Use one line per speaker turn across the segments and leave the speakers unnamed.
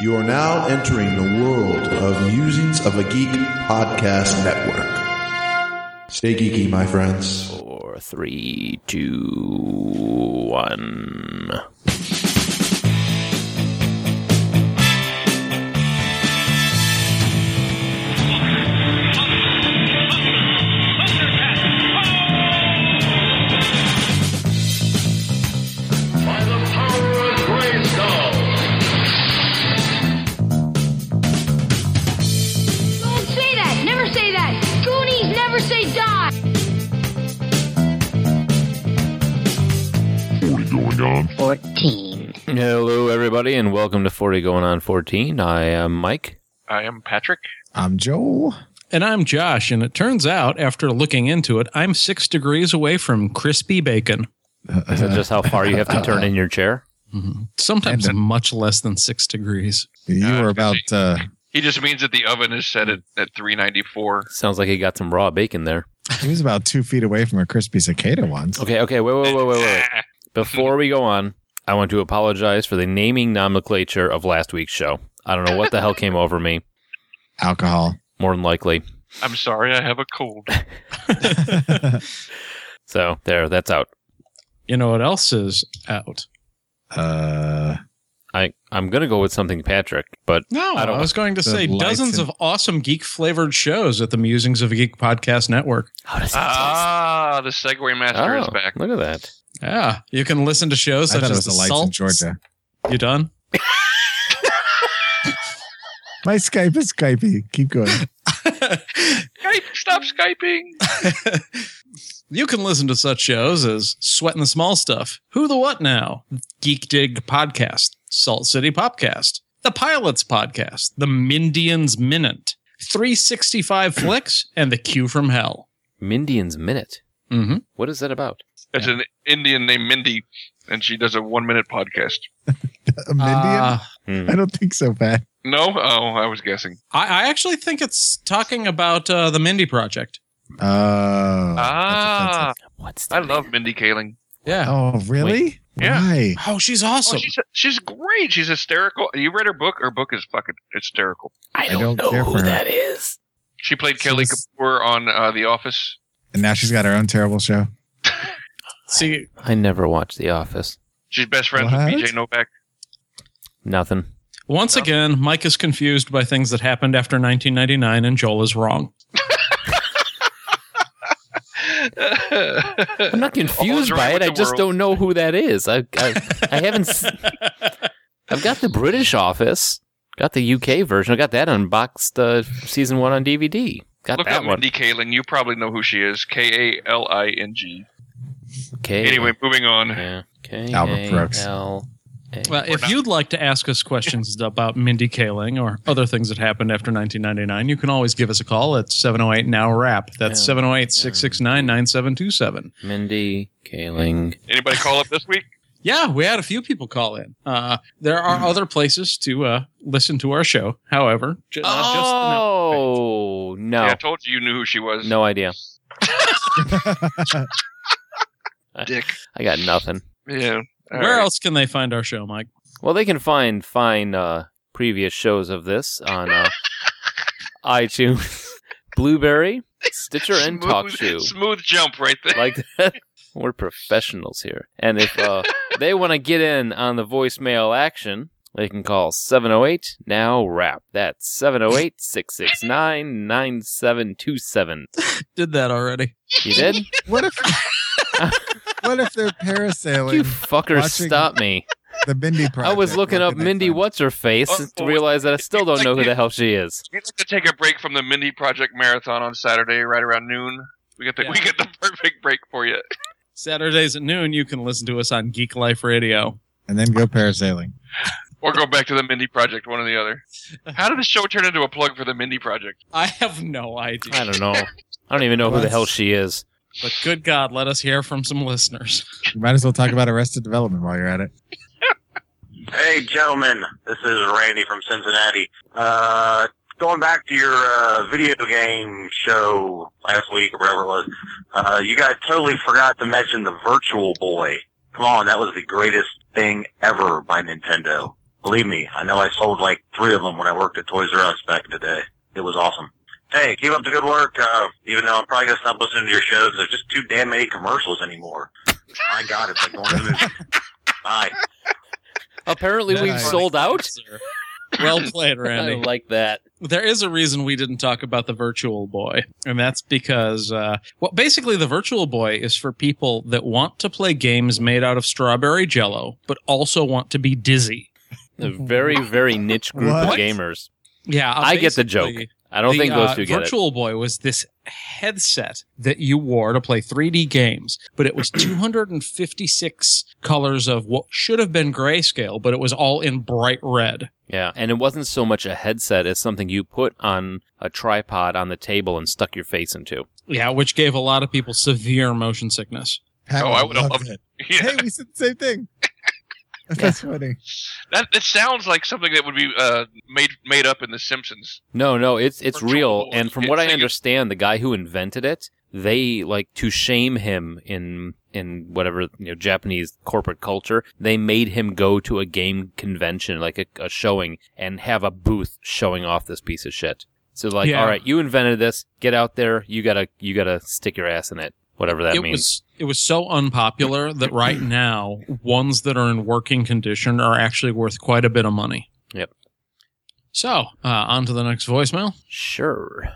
You are now entering the world of Musings of a Geek podcast network. Stay geeky, my friends.
Four, three, two, one.
By the power of Grayskull!
Don't say that. Never say that. Goonies never say die.
Hello, everybody, and welcome to 40 Going On 14. I am Mike.
I am Patrick.
I'm Joel.
And I'm Josh, and it turns out after looking into it, I'm six degrees away from crispy bacon.
Is that just how far you have to turn in your chair?
Sometimes
Mm-hmm. And-
much less than six degrees.
You
Uh,
were about uh,
He just means that the oven is set at, at 394.
Sounds like he got some raw bacon there.
he was about two feet away from a crispy cicada once.
Okay, okay, wait, wait, wait, wait, wait.
Ah,
Before we go on, I want to apologize for the naming nomenclature of last week's show. I don't know what the hell came over me,
Alcohol.
more than likely.
I'm sorry, I have a cold.
Uh,
So, there, that's out.
You know what else is out?
Uh,
I, I'm going to go with something, Patrick, but
No,
I
I,
don't
was going to
the
say
lights
dozens
and-
of awesome geek flavored shows at the Musings of a Geek podcast network.
how does that
ah, the Segway
taste?
Master is
Oh,
back.
Look at that.
Yeah, you can listen to shows
I
such
thought it
as
was
the
the lights
Salt.
in Georgia.
You done?
My Skype is Skypey. Keep going. Uh,
Skype, stop Skyping!
You can listen to such shows as Sweating the Small Stuff, Who the What Now, Geek Dig Podcast, Salt City Popcast, The Pilots Podcast, The Mindians Minute, 365 Flicks, and The Q from Hell.
Mindian's Minute.
Mm-hmm.
What is that about?
It's an Indian named Mindy, and she does a one minute podcast.
A Mindian?
Uh,
Hmm.
I don't think so, Pat.
No? Oh, I was guessing.
I, I actually think it's talking about uh, the Mindy Project.
Oh. that's
Ah,
What's
I love Mindy Kaling.
Yeah.
offensive. Oh, really?
Yeah.
Why?
Oh, she's
Oh,
awesome.
she's, she's great. She's hysterical. You read her book? Her book is fucking hysterical.
I don't don't know care who for her. that
is.
She played Kelly
She's-
Kapoor on uh, The Office.
And now she's got her own terrible show.
See,
I never watched The Office.
She's best friends
What?
with BJ Novak.
Nothing.
once
Oh.
again, Mike is confused by things that happened after 1999, and Joel is wrong.
I'm not
All's
confused
right
by it.
with
I
the
just
world.
don't know who that is. I I, I haven't. s- I've got the British Office. Got the UK version. I got that unboxed uh, season one on DVD. Got
Look
that
up
one.
Mindy Kaling. You probably know who she is. K A L I N G.
Okay.
Anyway, moving on.
Yeah. Okay.
Albert Brooks.
Well, if you'd like to ask us questions about Mindy Kaling or other things that happened after 1999, you can always give us a call at 708 Now Rap. That's
Yeah.
708 669 9727.
Mindy Kaling.
Anybody call up this week?
Yeah, we had a few people call in. Uh, there are other places to uh, listen to our show, however. ju- not just- no.
oh no,
Yeah, I told you you knew who she was.
no idea.
Dick.
I got nothing.
Yeah. All
Where
right.
else can they find our show, Mike?
Well, they can find fine uh, previous shows of this on uh, iTunes, Blueberry, Stitcher, and TalkShoe.
Smooth, smooth jump right there.
Like that. We're professionals here. And if uh, they want to get in on the voicemail action, they can call 708 Now Rap. That's 708 669 9727.
Did that already.
You did?
what if What if they're
You
parasailing
fuckers
Watching-
stop me.
the Mindy
I
project?
was looking
What
up
can they
Mindy
find?
What's Her Face to
Uh-oh.
realize that I still don't know who the hell she is.
We'd like to take a break from the Mindy Project Marathon on Saturday, right around noon. We get the
Yeah.
we get the perfect break for you.
Saturdays at noon, you can listen to us on Geek Life Radio.
And then go parasailing.
Or go back to the Mindy Project, one or the other. How did the show turn into a plug for the Mindy Project?
I have no idea.
I don't know. I don't even know who the
What's-
hell she is.
But good God, let us hear from some listeners.
You might as well talk about Arrested Development while you're at it.
Hey, gentlemen, this is Randy from Cincinnati. Uh, going back to your uh, video game show last week or whatever it was, uh, you guys totally forgot to mention the Virtual Boy. Come on, that was the greatest thing ever by Nintendo. Believe me, I know I sold like three of them when I worked at Toys R Us back in the day. It was awesome. Hey, keep up the good work. Uh, even though I'm probably gonna stop listening to your shows, there's just too damn many commercials anymore. My God, it's like going to the movie. Bye.
Apparently,
That
we've
is-
sold out.
Sir. Well played,
I
Randy.
like that.
there is a reason we didn't talk about the virtual boy and that's because uh, well basically the virtual boy is for people that want to play games made out of strawberry jello but also want to be dizzy
A very, very niche group of
What?
gamers.
yeah uh,
I get the
basically,
joke. I don't
the,
think those
uh,
two get it.
virtual boy was this headset that you wore to play 3d games but it was 256 colors of what should have been grayscale but it was all in bright red
Yeah, and it wasn't so much a headset as something you put on a tripod on the table and stuck your face into.
yeah which gave a lot of people severe motion sickness
Pat
Oh, I would've
loved
loved
it.
Yeah.
Hey, we said the same thing. That's funny.
That it sounds like something that would be uh, made made up in The Simpsons.
No, no, it's it's
Virtual
real.
boy.
And from
It's
what I
like a-
understand, the guy who invented it, they like to shame him in in whatever you know Japanese corporate culture. They made him go to a game convention, like a, a showing, and have a booth showing off this piece of shit. So like,
Yeah.
all right, you invented this. Get out there. You gotta you gotta stick your ass in it. Whatever that
it
means.
was it was so unpopular that right now ones that are in working condition are actually worth quite a bit of money.
Yep.
So uh, on to the next voicemail.
Sure.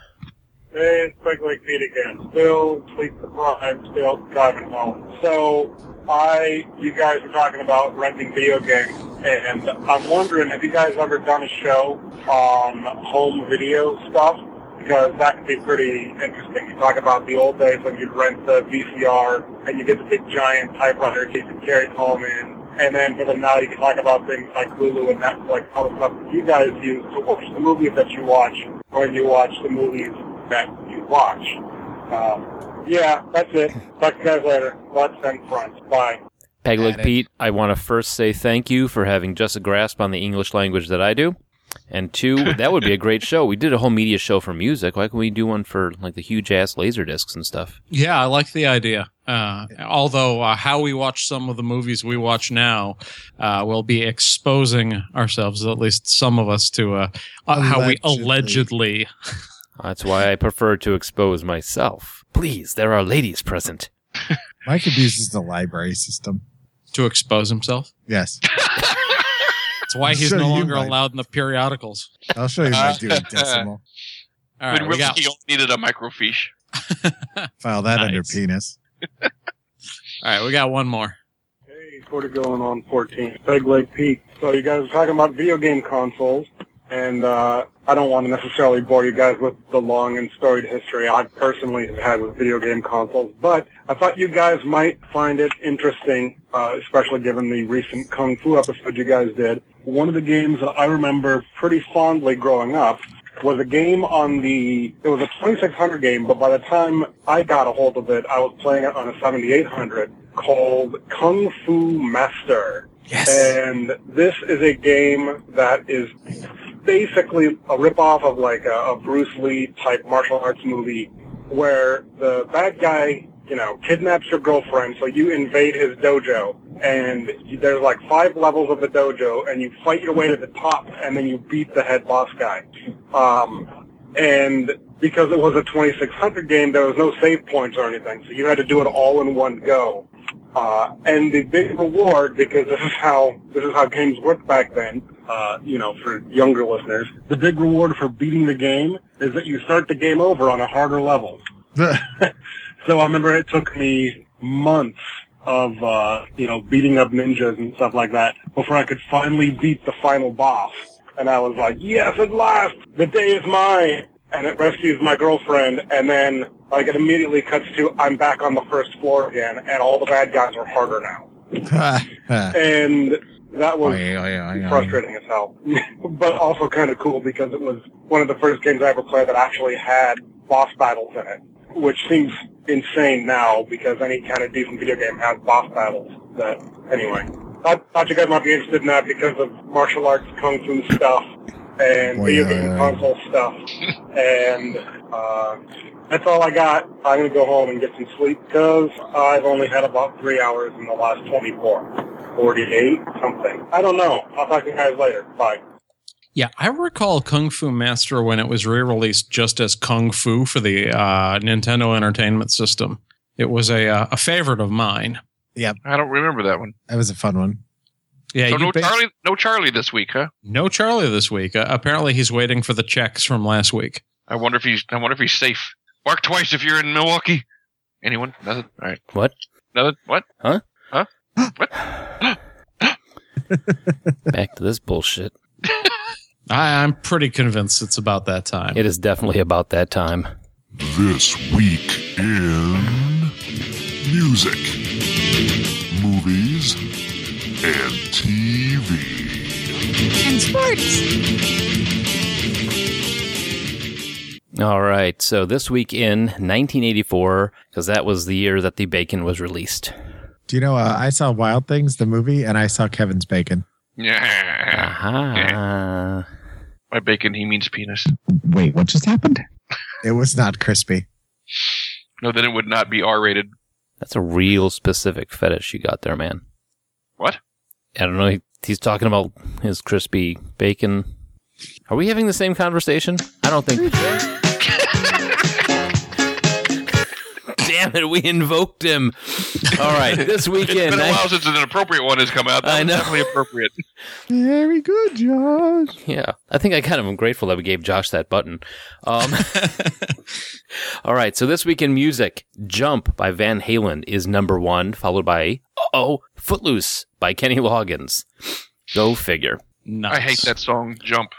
Hey, it's Big Lake Pete again. Still sleep deprived, still driving home. So, I, you guys were talking about renting video games, and I'm wondering, have you guys ever done a show on home video stuff? Because that could be pretty interesting. You talk about the old days when you'd rent the VCR, and you get the big giant typewriter that you could carry it home in. And then for the now, you can talk about things like Hulu and Netflix, all the stuff that you guys use to watch the movies that you watch, or you watch the movies that you watch. Um, yeah, that's it. Talk to you guys later. Let's and front. Bye.
Peg Leg
Got it.
Pete, I want to first say thank you for having just a grasp on the English language that I do. And two, that would be a great show. We did a whole media show for music. Why can we do one for like the huge ass laser discs and stuff?
Yeah, I like the idea. Uh, although uh, how we watch some of the movies we watch now uh, will be exposing ourselves, at least some of us, to uh, uh, how we
Allegedly.
allegedly.
That's why I prefer to expose myself. Please, there are ladies present.
Mike abuses the library system.
To expose himself.
Yes.
That's why
I'll
he's
show
no
you
longer
my-
allowed in the periodicals.
I'll show you my doing decimal.
All
when
right, we
really
got,
you only needed a microfiche.
File that under
Nice.
penis.
all right, we got one more.
Hey, sort of going on 14. Big Lake Pete. So you guys are talking about video game consoles, and uh, I don't want to necessarily bore you guys with the long and storied history I personally have had with video game consoles, but I thought you guys might find it interesting, uh, especially given the recent Kung Fu episode you guys did. One of the games that I remember pretty fondly growing up was a game on the it was a 2600 game but by the time i got a hold of it i was playing it on a 7800 called kung fu master and this is a game that is basically a rip-off of like a, a bruce lee type martial arts movie where the bad guy you know kidnaps your girlfriend so you invade his dojo and there's like five levels of the dojo and you fight your way to the top and then you beat the head boss guy um, and because it was a 2600 game, there was no save points or anything, so you had to do it all in one go. Uh, and the big reward, because this is how this is how games worked back then, uh, you know, for younger listeners, the big reward for beating the game is that you start the game over on a harder level. So I remember it took me months of uh, you know beating up ninjas and stuff like that before I could finally beat the final boss. And I was like, yes, at last, the day is mine. And it rescues my girlfriend, and then like it immediately cuts to I'm back on the first floor again, and all the bad guys are harder now. And that
Oh,
was frustrating as hell, but also kind of cool because it was one of the first games I ever played that actually had boss battles in it, which seems insane now because any kind of decent video game has boss battles. But anyway, I thought you guys might be interested in that because of martial arts, kung fu stuff, and
Boy,
video
yeah,
game
yeah.
console stuff, and uh, that's all I got. I'm gonna go home and get some sleep because I've only had about three hours in the last 24. 48 something. I don't know. I'll talk to you guys later. Bye.
Yeah, I recall Kung Fu Master when it was re-released just as Kung Fu for the uh, Nintendo Entertainment System. It was a uh, a favorite of mine.
I don't remember that one.
That was a fun one.
Yeah,
So
you
no
ba-
Charlie, no Charlie this week, huh?
no Charlie this week. Uh, apparently, he's waiting for the checks from last week.
I wonder if he's. I wonder if he's safe. Bark twice if you're in Milwaukee. Anyone? Nothing. All right.
What?
Nothing. What?
Back to this bullshit.
I, I'm pretty convinced it's about that time.
It is definitely about that time.
This week in music, movies, and TV.
And sports.
All right. So this week in 1984, because that was the year that the bacon was released.
Do you know? Uh, I saw Wild Things, the movie, and I saw Kevin's Bacon.
Yeah.
Aha.
By bacon, he means penis.
Wait, what just happened?
It was not crispy.
No, then it would not be R-rated.
That's a real specific fetish you got there, man.
What?
I don't know. He, he's talking about his crispy bacon. Are we having the same conversation? I don't think. Damn it, we invoked him. All right, this
It's
weekend.
been a
I-
while since an appropriate one has come out. That
I
was
know.
Definitely appropriate.
Very good, Josh.
yeah, I think I kind of am grateful that we gave Josh that button. Um, all right, so this week in music, Jump by Van Halen is number one, followed by Oh, Footloose by Kenny Loggins. Go figure.
Nice.
I hate that song. Jump.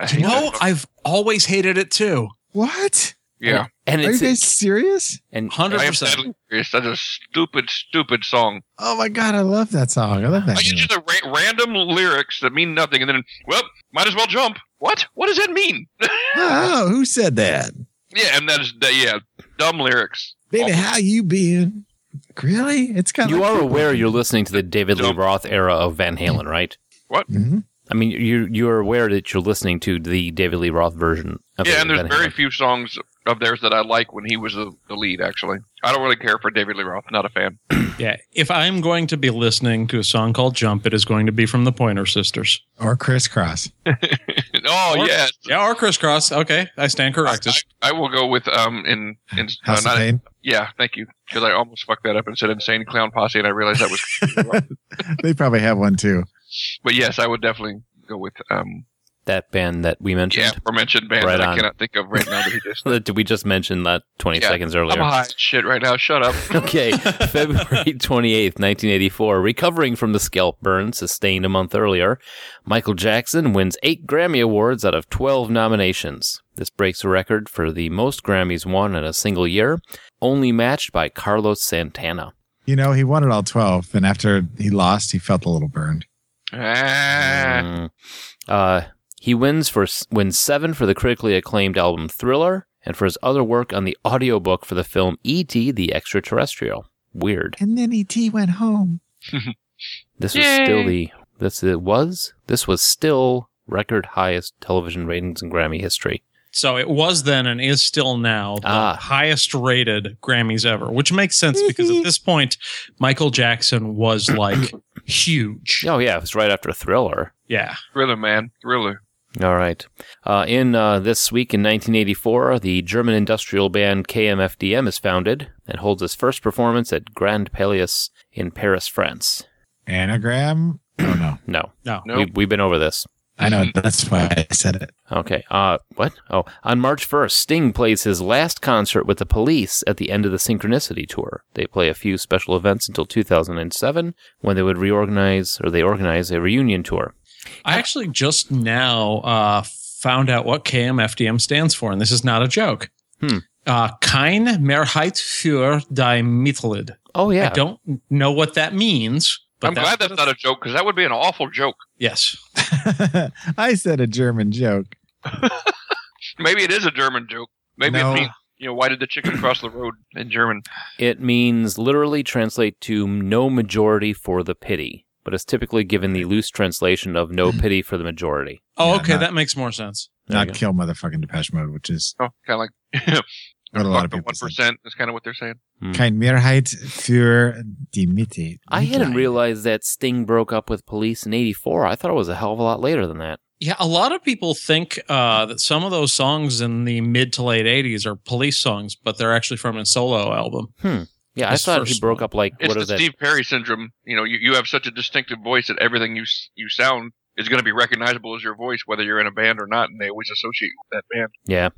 I hate that
No,
song.
I've always hated it too.
What?
yeah.
And
Are you
it's
guys serious?
and
Hundred
I am
percent.
sadly serious. That's a stupid, stupid song.
Oh my god, I love that song. I love that.
I
song.
use the ra- random lyrics that mean nothing, and then well, might as well jump. What? What does that mean?
Oh, who said that?
yeah, and that's that. Yeah, dumb lyrics.
Baby,
Oh.
how you been? Really? It's kind of
you are aware you're listening to the David Lee
Jump.
Roth era of Van Halen, right?
hmm
I mean, you you're aware that you're listening to the David Lee Roth version. Of
Yeah, and there's
Van
very
Halen.
few songs of theirs that I like when he was the, the lead. Actually, I don't really care for David Lee Roth. Not a fan.
Yeah, if I'm going to be listening to a song called "Jump," it is going to be from the Pointer Sisters.
Or crisscross.
oh
Or-
yes,
Yeah, or crisscross. Okay, I stand
I,
corrected.
I- I will go with um in in uh,
House
not
of Pain.
yeah. Thank you because I almost fucked that up and said Insane Clown Posse, and I realized that was.
they probably have one too.
but yes, I would definitely go with um
that band that we mentioned.
yeah aforementioned band
Right
that
on.
I cannot think of right now. That he just
That we just mentioned that 20
Yeah.
seconds
I'm
earlier.
high as shit right now. Shut up.
Okay, February 28th, 1984, recovering from the scalp burn sustained a month earlier, Michael Jackson wins eight Grammy Awards out of 12 nominations. This breaks a record for the most Grammys won in a single year, only matched by Carlos Santana.
You know, he wanted all twelve, and after he lost, he felt a little burned.
Ah.
Mm. Uh, he wins for wins seven for the critically acclaimed album Thriller and for his other work on the audiobook for the film E.T. the Extraterrestrial. Weird.
And then E.T. went home.
This was
Yay.
still the this it was this was still record highest television ratings in Grammy history.
So it was then and is still now the
Ah.
highest rated Grammys ever, which makes sense because
Mm-hmm.
at this point, Michael Jackson was like huge.
Oh yeah, it was right after Thriller.
Yeah.
Thriller, man. Thriller.
All right. Uh, in uh, this week in 1984, the German industrial band KMFDM is founded and holds its first performance at Grand Palace in Paris, France.
Anagram? Oh no,
No,
No.
No.
we, we've been over this.
I know
Mm-hmm.
that's why I said it.
Okay. Uh, what? Oh, on March 1st, Sting plays his last concert with the police at the end of the Synchronicity Tour. They play a few special events until 2007 when they would reorganize or they organize a reunion tour.
I actually just now uh, found out what KMFDM stands for, and this is not a joke.
Hmm.
Uh, Kein Mehrheit für die Mittelid.
Oh, yeah.
I don't know what that means, but
I'm glad that's not a joke because that would be an awful joke.
yes.
I said a German joke.
Maybe it is a German joke. Maybe
No.
it means, you know, why did the chicken cross the road in German?
It means literally translate to no majority for the pity, but it's typically given the loose translation of no pity for the majority.
Oh,
Yeah,
okay.
not-
that makes more sense.
There you
Not
go.
kill motherfucking Depeche Mode, which is
Oh, kind of like
What a lot
Fuck
of
the
people
one
say.
percent is kind of what they're saying.
Kein Mehrheit für die Mitte.
I hadn't realized that Sting broke up with police in 84. I thought it was a hell of a lot later than that.
Yeah, a lot of people think uh, that some of those songs in the mid to late '80s are police songs, but they're actually from a solo album.
Yeah,
His
I thought he
first
broke
one.
up like,
It's
what
the
is that?
Steve Perry syndrome. You know, you, you have such a distinctive voice that everything you s- you sound is going to be recognizable as your voice, whether you're in a band or not, and they always associate you with that band.
Yeah.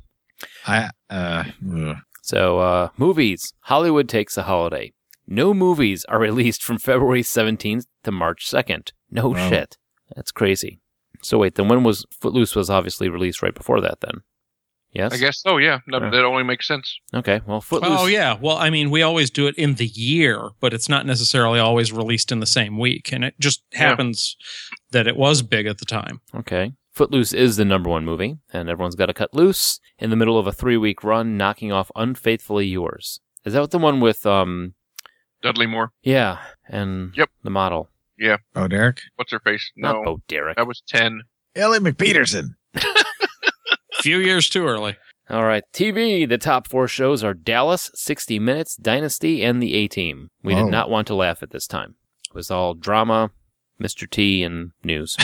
I, uh, ugh.
So, uh, movies. Hollywood takes a holiday. No movies are released from February 17th to March 2nd. No
Wow.
shit. That's crazy. So, wait, then when was Footloose was obviously released right before that then? Yes?
I guess so. Yeah, no,
Yeah.
that only makes sense.
Okay, well, Footloose.
Oh yeah, well, I mean, we always do it in the year, but it's not necessarily always released in the same week, and it just
Yeah.
happens that it was big at the time.
Okay. Footloose is the number one movie, and everyone's got to cut loose in the middle of a three week run, knocking off Unfaithfully Yours. Is that the one with, um,
Dudley Moore.
yeah, and
Yep.
the model?
Oh, Derek?
What's her face?
Not
No,
Bo Derek.
that was ten.
Ellie McPeterson.
A few years too early.
All right, TV. The top four shows are Dallas, 60 Minutes, Dynasty, and The A Team. We
Oh.
did not want to laugh at this time. It was all drama, Mr. T, and news.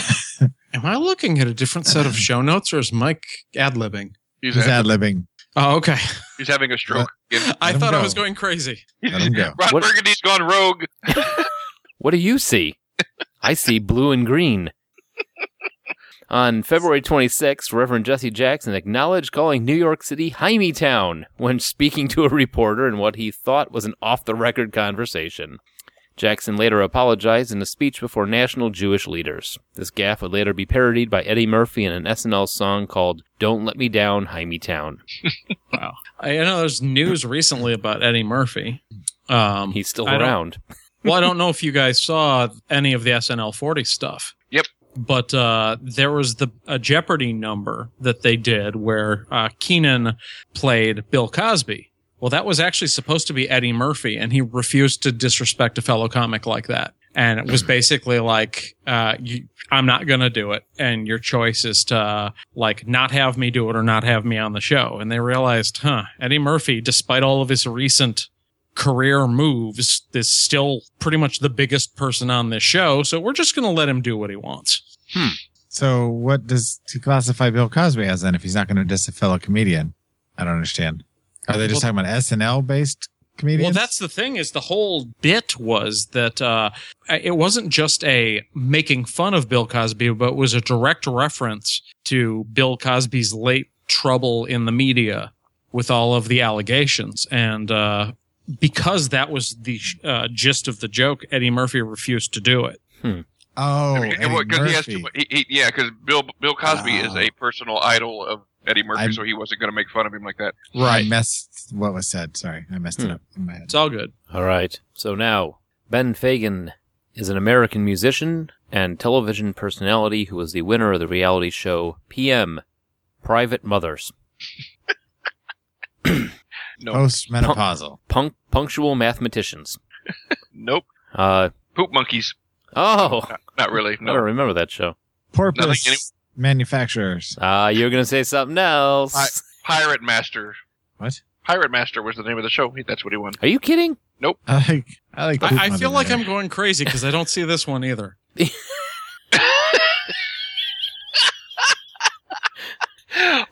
Am I looking at a different set of show notes, or is Mike ad libbing?
He's
Who's
ha-
ad libbing?
Oh, okay.
he's having a stroke.
I
Let him
thought I
go.
was going crazy.
Let him go.
Ron
What-
Burgundy's gone rogue.
What do you see? I see blue and green. On February 26th, Reverend Jesse Jackson acknowledged calling New York City Jaime Town when speaking to a reporter in what he thought was an off the record conversation. Jackson later apologized in a speech before national Jewish leaders. This gaffe would later be parodied by Eddie Murphy in an SNL song called Don't Let Me Down, Jaime Town.
I I know there's news recently about Eddie Murphy. Um,
He's still
I don't-
around.
well, I don't know if you guys saw any of the SNL 40 stuff.
Yep.
But uh, there was the a Jeopardy number that they did where uh, Keenan played Bill Cosby. Well, that was actually supposed to be Eddie Murphy, and he refused to disrespect a fellow comic like that. And it was basically like, uh, you, I'm not going to do it. And your choice is to uh, like not have me do it or not have me on the show. And they realized, huh, Eddie Murphy, despite all of his recent career moves is still pretty much the biggest person on this show. So we're just going to let him do what he wants.
So, what does to classify Bill Cosby as then if he's not going to diss a fellow comedian? I don't understand. Are they just
Well-
talking about SNL based
Well,
comedians?
that's the thing is the whole bit was that uh, it wasn't just a making fun of Bill Cosby, but it was a direct reference to Bill Cosby's late trouble in the media with all of the allegations. And uh, because that was the uh, gist of the joke, Eddie Murphy refused to do it.
oh,
I mean,
Eddie
well, 'cause he has
Murphy.
too mu- he- he- yeah, because Bill Bill Cosby is a personal idol of Eddie Murphy,
I'm-
so he wasn't going to make fun of him like that.
I messed what was said. Sorry, I messed
Hmm.
it up in my head.
It's all good.
All right. So now, Ben Fagan is an American musician and television personality who was the winner of the reality show PM Private Mothers.
No,
Postmenopausal.
Punk punctual mathematicians.
nope.
Uh
Poop monkeys.
oh,
Not really.
I don't
No.
remember that show.
Porpoise
Nothing
manufacturers.
Ah, you're going to say something else.
I- Pirate Master.
What?
Pirate Master was the name of the show. He- That's what he won.
Are you kidding?
I like. I like. poop
I, I
mother
feel like
better.
I'm going crazy because I don't see this one either.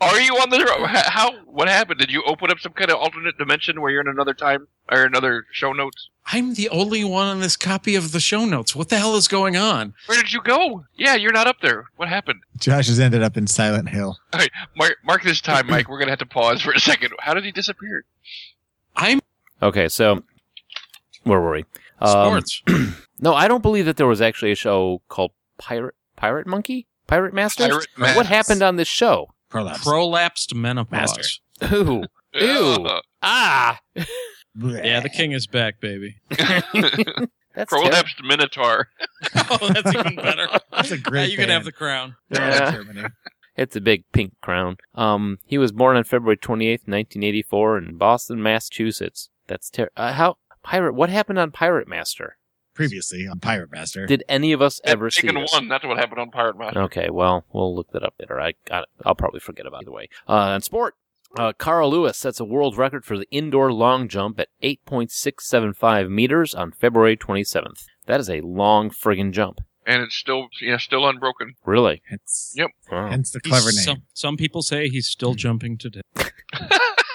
Are you on the how? What happened? Did you open up some kind of alternate dimension where you're in another time or another show notes?
I'm the only one on this copy of the show notes. What the hell is going on?
Where did you go? Yeah, you're not up there. What happened?
Josh has ended up in Silent Hill.
Mark, mark this time, Mike. We're gonna have to pause for a second. How did he disappear?
I'm
Okay, so where were we? Um,
sports.
No, I don't believe that there was actually a show called Pirate Pirate Monkey? Pirate Masters?
Pirate
What
Masters.
happened on this show?
Prolapse.
Prolapsed menopause.
Master.
Ooh. Ew.
Ugh.
Ah.
Blech.
Yeah, the king is back, baby.
That's terrible.
Prolapsed Minotaur.
oh, that's even better.
That's a
Now
great.
you can have the
band.
crown.
Yeah.
Germany.
It's a big pink crown. Um, he was born on February 28th, 1984, in Boston, Massachusetts. That's ter- uh, how pirate. What happened on Pirate Master?
Previously on Pirate Master.
Did any of us
That
ever see
chicken
this?
one. That's what happened on Pirate Master.
Okay, well, we'll look that up later. I got it. I'll probably forget about it either way. Uh, and sport. Uh, Carl Lewis sets a world record for the indoor long jump at 8.675 meters on February 27th. That is a long friggin' jump.
and it's still yeah still unbroken.
Really?
It's
Yep.
Wow.
hence the
He's-
clever name.
Some, some people say he's still jumping today.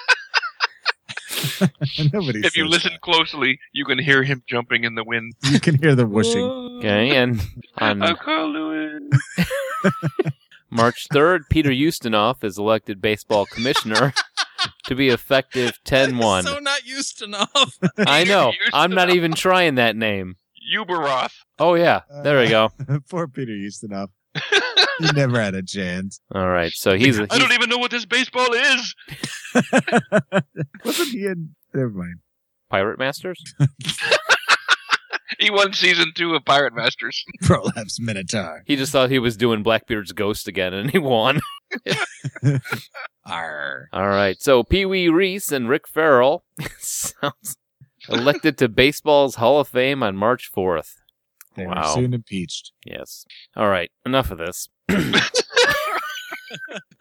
Nobody
If you
says
listen closely, you can hear him jumping in the wind.
that. you can hear the whooshing.
Okay, and on
I'm Carl Lewis.
March 3rd, Peter Ustinov is elected baseball commissioner to be effective 10 1.
So not used enough.
I know.
Peter
I'm not
Ustinov.
even trying that name.
Uberoth.
Oh, yeah. There we go.
Poor Peter Ustinov. he never had a chance.
All right. So he's.
I
he's
don't even know what this baseball is.
Wasn't he in? Never mind.
e-,
Pirate Masters?
He won season two of Pirate Masters.
Prolapse Minotaur.
He just thought he was doing Blackbeard's Ghost again, and he won.
Arr.
All right. So Pee Wee Reese and Rick Farrell sounds elected to baseball's Hall of Fame on March 4th.
They were
Wow.
soon impeached.
Yes. All right. Enough of this.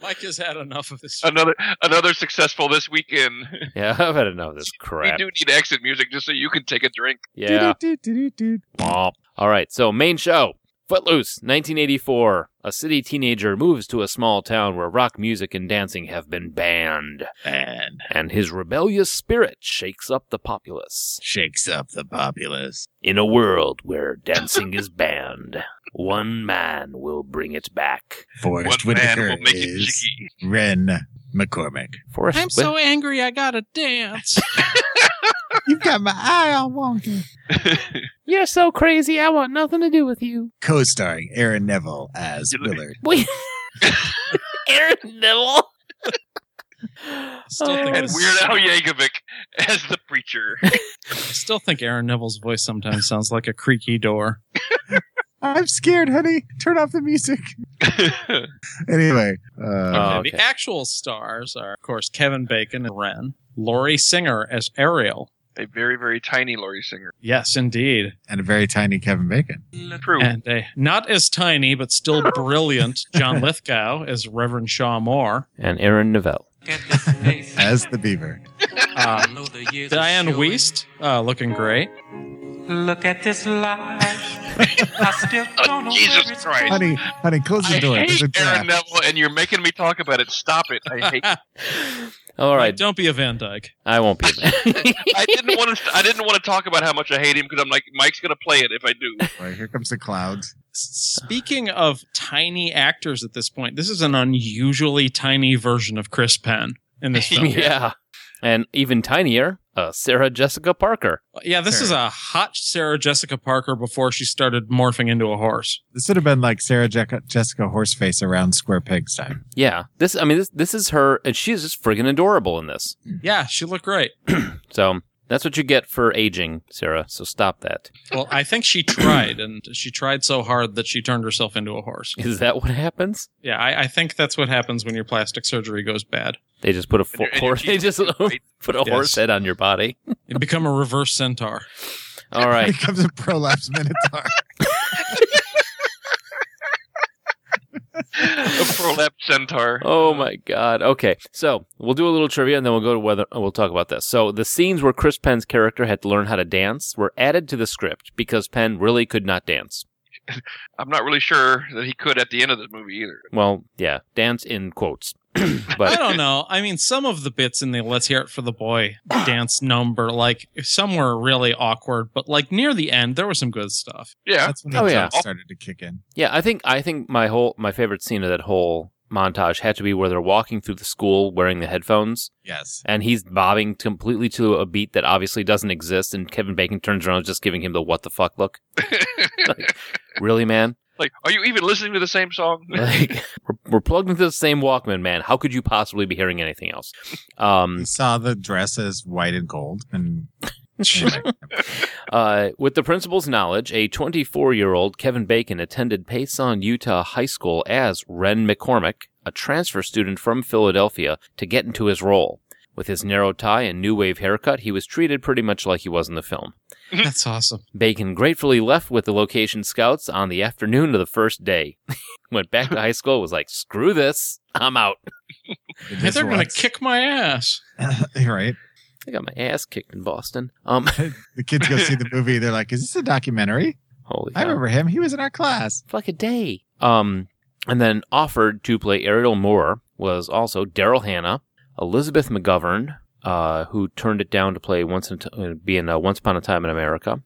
Mike has had enough of this.
Another another successful this weekend.
Yeah, I've had enough of this
We
crap.
do need exit music just so you can take a drink.
Yeah.
Do-do-do-do-do.
Womp. All right, so main show. Footloose, 1984. A city teenager moves to a small town where rock music and dancing have been banned,
And
and his rebellious spirit shakes up the populace.
shakes up the populace.
In a world where dancing is banned, one man will bring it back.
Forrest
One man
Whitaker
will make it
is
jiggy.
Ren McCormick.
Forrest
I'm so angry I gotta dance.
You've got my eye on Wonka.
You're so crazy, I want nothing to do with you.
Co-starring Aaron Neville as
You look-
Willard.
Wait. Aaron Neville.
Still think
And Weird Al Yankovic as the preacher.
I still think Aaron Neville's voice sometimes sounds like a creaky door.
I'm scared, honey. Turn off the music. Anyway, uh,
Oh,
Okay,
okay.
The actual stars are, of course, Kevin Bacon and Wren, Laurie Singer as Ariel.
a very very tiny Laurie Singer.
Yes, indeed.
and a very tiny Kevin Bacon.
True.
And a not as tiny but still brilliant John Lithgow as Reverend Shaw Moore.
and Aaron Neville.
as the beaver.
Uh, Diane Wiest, uh, looking great.
Look at this life. I still don't know
Oh, Jesus
where it's
Christ.
going.
Honey, honey, close the
I
door. There's
hate
a
Aaron
draft.
Neville, and you're making me talk about it. Stop it! I hate.
All right,
Don't be a Van Dyke.
I won't be.
I didn't want to. I didn't want to talk about how much I hate him because I'm like Mike's gonna play it if I do.
Boy, here comes the clouds.
Speaking of tiny actors at this point, this is an unusually tiny version of Chris Penn in this film.
yeah. And even tinier, uh, Sarah Jessica Parker.
Yeah, this is a hot Sarah Jessica Parker before she started morphing into a horse.
This would have been like Sarah Jessica, Jessica Horseface around Square Peg's time.
Yeah, this. I mean, this this is her, and she's just friggin' adorable in this.
Yeah, she looked great.
So that's what you get for aging, Sarah. So stop that.
Well, I think she tried, and she tried so hard that she turned herself into a horse.
Is that what happens?
Yeah, I, I think that's what happens when your plastic surgery goes bad.
They just put a
And your-
fo-
and your
horse. They
teeth
just
look great.
put a horse head on your body.
You become a reverse centaur.
All right.
Here comes a prolapse minotaur.
a prolapse centaur.
Oh my God. Okay, so we'll do a little trivia and then we'll go to whether we'll talk about this. So the scenes where Chris Penn's character had to learn how to dance were added to the script because Penn really could not dance.
I'm not really sure that he could at the end of this movie either.
Well, yeah, dance in quotes,
I
but
don't know. I mean, some of the bits in the "Let's Hear It for the Boy" dance number, like some were really awkward, but like near the end, there was some good stuff.
Yeah,
That's when the
Oh,
jump
yeah.
started to kick in.
yeah, I think I think my whole my favorite scene of that whole montage had to be where they're walking through the school wearing the headphones
Yes.
and he's bobbing completely to a beat that obviously doesn't exist and Kevin Bacon turns around just giving him the what the fuck look. Like, really, man?
like are you even listening to the same song?
Like we're, we're plugged into the same Walkman, man. How could you possibly be hearing anything else? Um,
We saw the dress as white and gold, and anyway,
uh, with the principal's knowledge, a 24-year-old Kevin Bacon attended Payson, Utah High School as Ren McCormick, a transfer student from Philadelphia, to get into his role. With his narrow tie and new wave haircut, he was treated pretty much like he was in the film.
That's awesome.
Bacon gratefully left with the location scouts on the afternoon of the first day. Went back to high school, was like, screw this, I'm out.
They're going to kick my ass.
kick. right.
I got my ass kicked in Boston. Um,
The kids go see the movie. They're like, is this a documentary?
holy
I
cow.
remember him. He was in our class.
It's like a day. Um, and then offered to play Ariel Moore was also Daryl Hannah, Elizabeth McGovern, uh, who turned it down to play once in t- uh, be in uh, Once Upon a Time in America,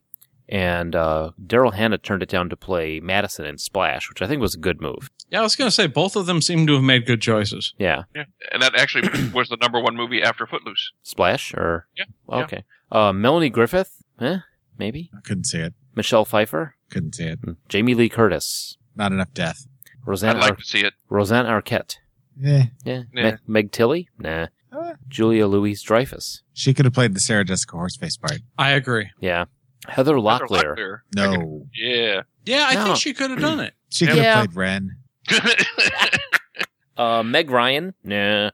and uh, Daryl Hannah turned it down to play Madison in Splash, which I think was a good move.
Yeah, I was going to say both of them seem to have made good choices.
Yeah,
Yeah. And that actually was the number one movie after Footloose.
Splash or
Yeah, yeah.
okay. Uh, Melanie Griffith, eh? Maybe
I couldn't see it.
Michelle Pfeiffer,
Couldn't see it.
Hmm. Jamie Lee Curtis,
Not enough death.
Roseanne
I'd like
Ar-
to see it.
Roseanne Arquette,
Yeah.
yeah,
Yeah.
Me- Meg Tilly, nah,
Uh.
Julia Louise Dreyfus.
She could have played the Sarah Jessica Horseface part.
I agree.
Yeah. Heather
Heather
Locklear.
Locklear. I could-
No.
Yeah.
Yeah, I
No.
think she could have done it.
She could
Yeah.
have played Ren.
Uh, Meg Ryan. Nah.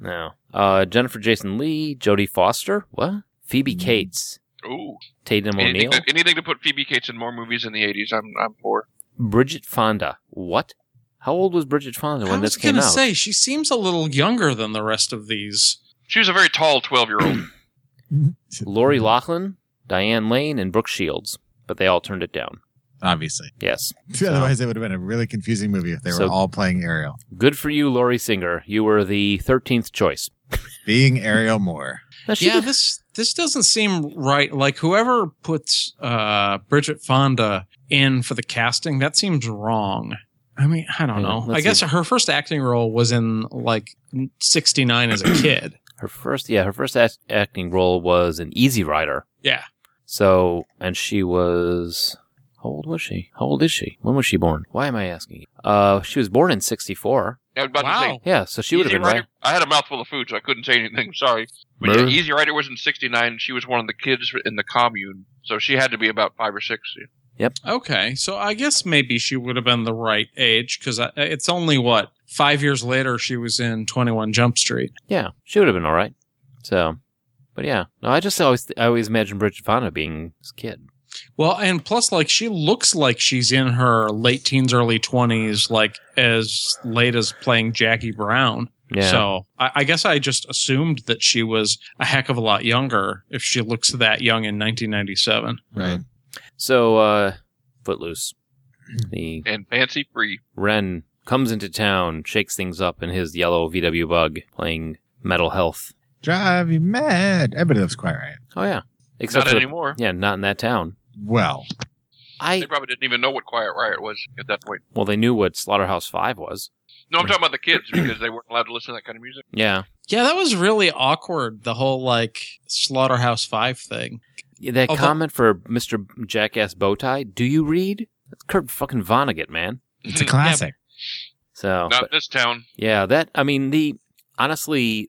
No. Uh, Jennifer Jason Lee. Jodie Foster. What? Mm. Phoebe Cates.
Ooh.
Tatum
Anything
O'Neill.
to, anything to put Phoebe Cates in more movies in the 80s, I'm, I'm for.
Bridget Fonda. What? How old was Bridget Fonda
I
when
was
this came
going to
out?
say she seems a little younger than the rest of these.
She was a very tall 12 year old.
Lori Laughlin, Diane Lane, and Brooke Shields. But they all turned it down.
Obviously.
Yes.
Otherwise, it would have been a really confusing movie if they were
So-
all playing Ariel.
Good for you, Lori Singer. You were the 13th choice.
Being Ariel Moore.
Now, she
Yeah,
did-
this this doesn't seem right. Like whoever puts uh, Bridget Fonda in for the casting, that seems wrong. I mean, I don't
Yeah,
know.
let's
I guess
see.
her first acting role was in like '69 as a kid.
her first, yeah, her first act- acting role was an Easy Rider.
Yeah,
So, and she was. How old was she? How old is she? When was she born? Why am I asking? Uh, she was born in '64.
I was about to
Wow.
say,
Yeah, so she would have
Easy
been right.
Rider- I had a mouthful of food, so I couldn't say anything. Sorry. But yeah,
Murder?
Easy Rider was in 69. She was one of the kids in the commune, so she had to be about five or six.
Okay, so I guess maybe she would have been the right age because it's only what five years later she was in Twenty One Jump Street.
Yeah, she would have been all right. So, but yeah, no, I just always I always imagined Bridget Fonda being this kid.
Well, and plus, like she looks like she's in her late teens, early twenties, like as late as playing Jackie Brown.
Yeah,
So I, I guess I just assumed that she was a heck of a lot younger if she looks that young in 1997.
Mm-hmm.
Right.
so uh, Footloose, the
And Fancy Free.
Ren comes into town, shakes things up in his yellow VW bug, playing Metal Health.
Drive you mad. Everybody loves Quiet Riot.
Oh yeah, except
Not
for the-
anymore.
yeah, not in that town.
Well,
I
They probably didn't even know what Quiet Riot was at that point.
well, they knew what Slaughterhouse Five was.
No, I'm talking about the kids because they weren't allowed to listen to that kind of music.
Yeah,
Yeah, that was really awkward. The whole like Slaughterhouse Five thing.
Yeah, that
Although-
comment for Mr. Jackass Bowtie, do you read? That's Kurt fucking Vonnegut, man.
it's a classic.
So,
Not
but-
in this town.
yeah, that, I mean, the, honestly,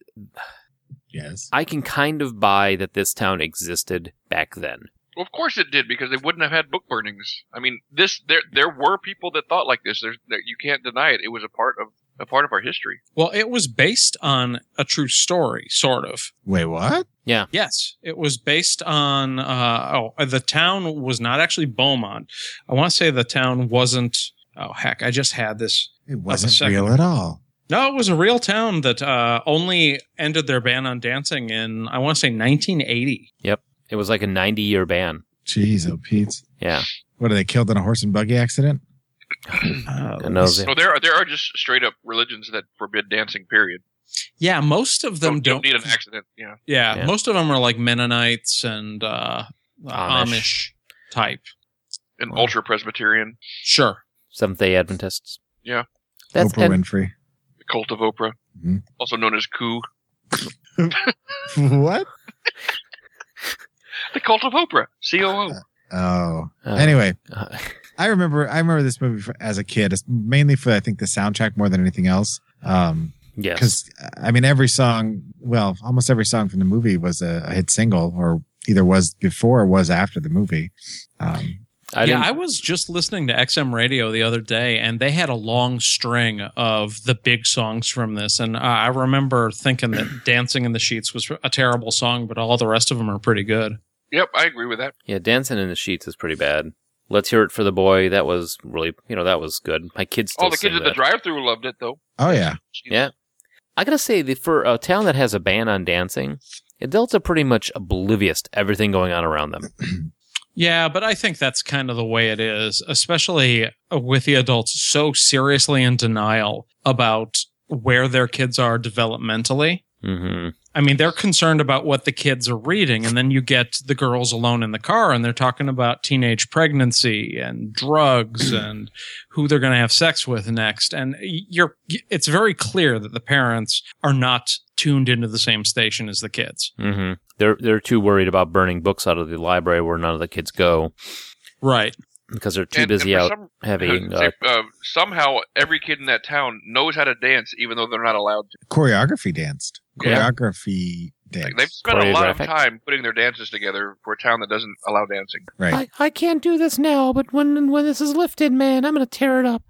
Yes.
I can kind of buy that this town existed back then.
Well, of course it did because they wouldn't have had book burnings. I mean, this there there were people that thought like this. There's there, you can't deny it. It was a part of a part of our history.
Well, it was based on a true story, sort of.
Wait, what?
Yes, it was based on. Uh, oh, the town was not actually Beaumont. I want to say the town wasn't. Oh heck, I just had this.
It
second.
wasn't real at all.
No, it was a real town that uh, only ended their ban on dancing in I want to say 1980.
It was like a 90 year ban.
Jeez, oh, Pete.
Yeah.
What are they killed in a horse and buggy accident?
And those-
So there are there are just straight up religions that forbid dancing. Period.
Yeah, most of them
Don't,
don't.
don't need an accident. You know.
yeah,
Yeah.
most of them are like Mennonites and uh,
Amish.
Amish. type.
an
Wow.
ultra Presbyterian,
Sure.
Seventh day Adventists.
Yeah.
That's,
Oprah
and,
Winfrey.
the cult of Oprah,
Mhm.
also known as Coup,
what?
the cult of Oprah, C O O.
Oh.
uh,
anyway,
uh,
I remember I remember this movie for, as a kid, it's mainly for I think the soundtrack more than anything else. Um,
yes.
because I mean, every song, well, almost every song from the movie was a, a hit single, or either was before or was after the movie. Um,
I
yeah,
didn't,
I was just listening to XM radio the other day, and they had a long string of the big songs from this. And uh, I remember thinking that "Dancing in the Sheets" was a terrible song, but all the rest of them are pretty good.
Yep, I agree with that.
yeah, Dancing in the Sheets is pretty bad. Let's hear it for the boy. That was really, you know, that was good. My kids still
All the
sing
kids at the
that.
drive-through loved it though.
oh yeah,
Yeah. I gotta say, the, for a town that has a ban on dancing, adults are pretty much oblivious to everything going on around them.
Yeah, but I think that's kind of the way it is, especially with the adults so seriously in denial about where their kids are developmentally.
hmm
I mean, they're concerned about what the kids are reading, and then you get the girls alone in the car, and they're talking about teenage pregnancy and drugs and who they're going to have sex with next. And you're, it's very clear that the parents are not tuned into the same station as the kids.
hmm They're they're too worried about burning books out of the library where none of the kids go
Right.
because they're too
And- and
busy
for
out
some-
having. Uh,
Say, uh, somehow every kid in that town knows how to dance, even though they're not allowed to.
Choreography danced.
Yeah.
Choreography danced.
Like, they've spent a lot of
Choreographic.
time putting their dances together for a town that doesn't allow dancing.
right.
I, I can't do this now, but when when this is lifted, man, I'm gonna tear it up.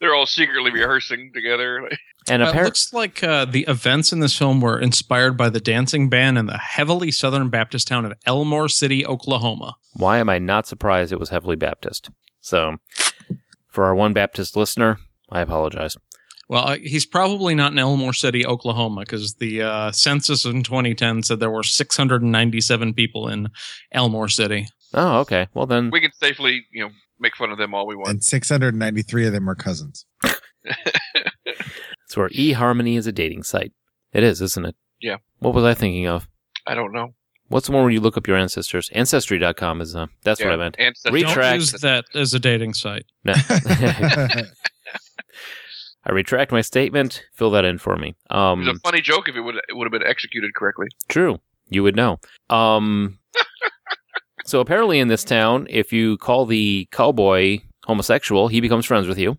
They're all secretly rehearsing together.
And
Uh, it
apparently,
looks like uh, the events in this film were inspired by the dancing ban in the heavily Southern Baptist town of Elmore City, Oklahoma.
why am I not surprised it was heavily Baptist? So, for our one Baptist listener, I apologize.
Well, uh, he's probably not in Elmore City, Oklahoma, because the uh, census in 2010 said there were 697 people in Elmore City.
Oh, okay. Well then,
We can safely, you know, make fun of them all we want.
And 693 of them were cousins.
it's where eHarmony is a dating site. It is, isn't it?
Yeah.
What was I thinking of?
I don't know.
What's the one where you look up your ancestors? Ancestry.com is uh, that's
Yeah,
what I meant.
ancestry-
Retract.
Don't use that as a dating site.
No.
That's
I retract my statement. Fill that in for me. Um,
It was a funny joke if it would it would have been executed correctly.
True. You would know. Um, so apparently, in this town, if you call the cowboy homosexual, he becomes friends with you.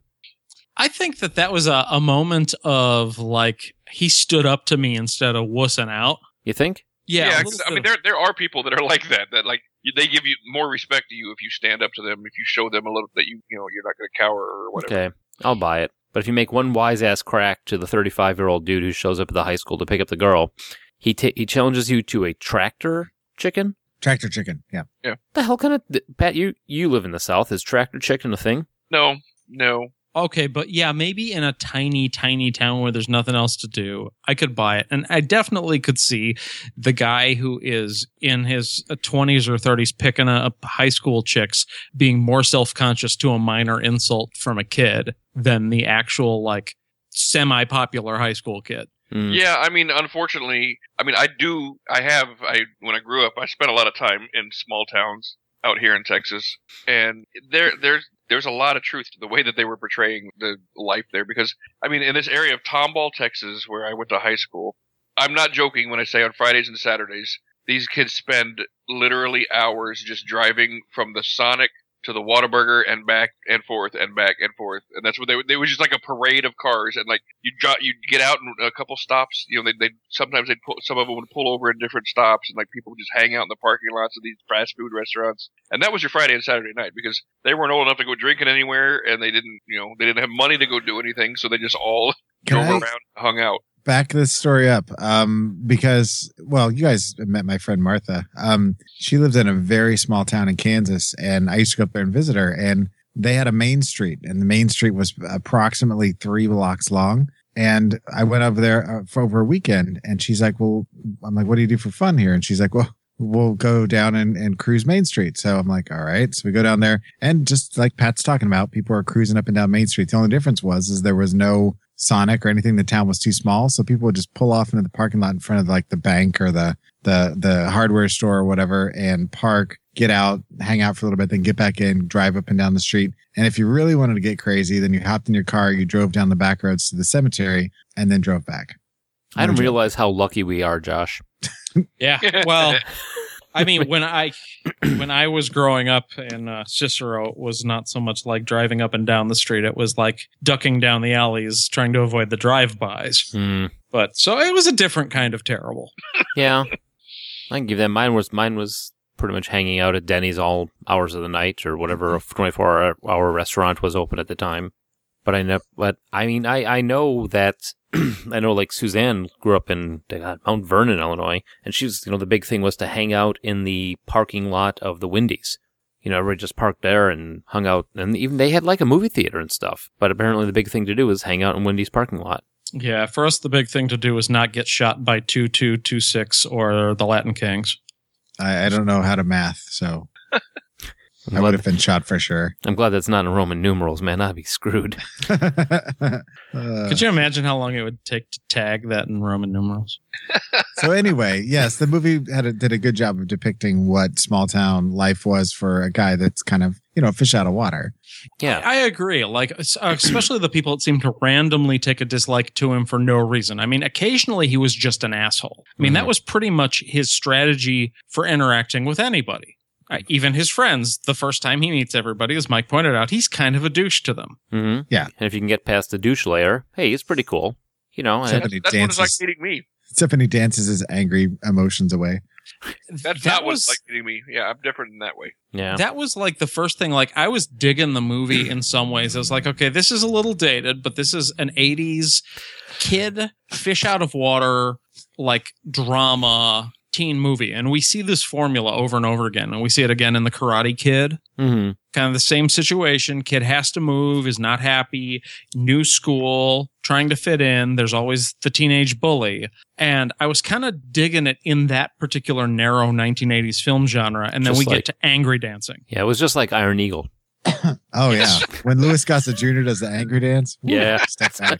I think that that was a, a moment of like, he stood up to me instead of wussing out.
You think?
Yeah. a
'cause,
little
I
bit
mean,
of-
there there are people that are like that. That like you- they give you more respect to you if you stand up to them, if you show them a little that you you know you're not going to cower or whatever.
Okay, I'll buy it. But if you make one wise ass crack to the 35 year old dude who shows up at the high school to pick up the girl, he ta he challenges you to a tractor chicken.
Tractor chicken. Yeah.
The hell kind of Pat? You you live in the South. Is tractor chicken a thing?
No, no.
Okay, but yeah, maybe in a tiny, tiny town where there's nothing else to do, I could buy it. And I definitely could see the guy who is in his 20s or 30s picking up high school chicks being more self conscious to a minor insult from a kid than the actual, like, semi popular high school kid.
Mm.
Yeah, I mean, unfortunately, I mean, I do. I have. I when I grew up, I spent a lot of time in small towns out here in Texas, and there, there's, there's a lot of truth to the way that they were portraying the life there. Because I mean, in this area of Tomball, Texas, where I went to high school, I'm not joking when I say on Fridays and Saturdays, these kids spend literally hours just driving from the Sonic. To the Whataburger and back and forth and back and forth, and that's what they they was just like a parade of cars, and like you would you would get out in a couple stops. You know, they they sometimes they pull some of them would pull over in different stops, and like people would just hang out in the parking lots of these fast food restaurants. And that was your Friday and Saturday night because they weren't old enough to go drinking anywhere, and they didn't you know they didn't have money to go do anything, so they just all
Can
drove
I-
around, and hung out.
back this story up um, because well you guys met my friend martha um, she lived in a very small town in kansas and i used to go up there and visit her and they had a main street and the main street was approximately three blocks long and i went over there uh, for over a weekend and she's like well i'm like what do you do for fun here and she's like well we'll go down and, and cruise main street so i'm like all right so we go down there and just like pat's talking about people are cruising up and down main street the only difference was is there was no sonic or anything the town was too small so people would just pull off into the parking lot in front of like the bank or the the the hardware store or whatever and park get out hang out for a little bit then get back in drive up and down the street and if you really wanted to get crazy then you hopped in your car you drove down the back roads to the cemetery and then drove back
I don't
Enjoy.
realize how lucky we are, Josh.
Yeah. Well, I mean, when I when I was growing up in uh, Cicero, it was not so much like driving up and down the street. It was like ducking down the alleys, trying to avoid the drive-bys.
Hmm.
But so it was a different kind of terrible.
Yeah, I can give that. Mine was mine was pretty much hanging out at Denny's all hours of the night or whatever a twenty four hour, hour restaurant was open at the time. But I know, but I mean, I I know that I know like Suzanne grew up in uh, Mount Vernon, Illinois, and she was you know the big thing was to hang out in the parking lot of the Wendy's. You know, everybody just parked there and hung out, and even they had like a movie theater and stuff. But apparently, the big thing to do is hang out in Wendy's parking lot.
Yeah, for us, the big thing to do is not get shot by 2226 or the Latin Kings.
I, I don't know how to math, so I
I'm
would
glad,
have been shot for sure.
I'm glad that's not in Roman numerals, man. I'd be screwed.
Uh,
Could you imagine how long it would take to tag that in Roman numerals?
so anyway, yes, the movie had a, did a good job of depicting what small town life was for a guy that's kind of you know fish out of water.
Yeah.
I agree. Like, es- uh, especially the people that seem to randomly take a dislike to him for no reason. I mean, occasionally he was just an asshole. I mean, that was pretty much his strategy for interacting with anybody, Uh, even his friends. The first time he meets everybody, as Mike pointed out, he's kind of a douche to them.
hmm
Yeah.
And if you can get past the douche layer, hey, it's pretty cool. You know, and-
Except when he
That's what it's like
dances.
meeting me.
Except when he dances his angry emotions away.
That's
That
not what
was-
it's like meeting me. Yeah, I'm different in that way.
yeah.
That was like the first thing. Like I was digging the movie in some ways. I was like, okay, this is a little dated, but this is an '80s kid fish out of water like drama teen movie, and we see this formula over and over again, and we see it again in the Karate Kid.
hmm
Kind of the same situation. Kid has to move, is not happy, new school, trying to fit in. There's always the teenage bully. And I was kind of digging it in that particular narrow 1980s film genre. And then
Just
we
like-
get to angry dancing.
Yeah, it was just like Iron Eagle.
Oh yeah, when Louis Gossett Jr. does the angry dance. Ooh,
Yeah.
step back.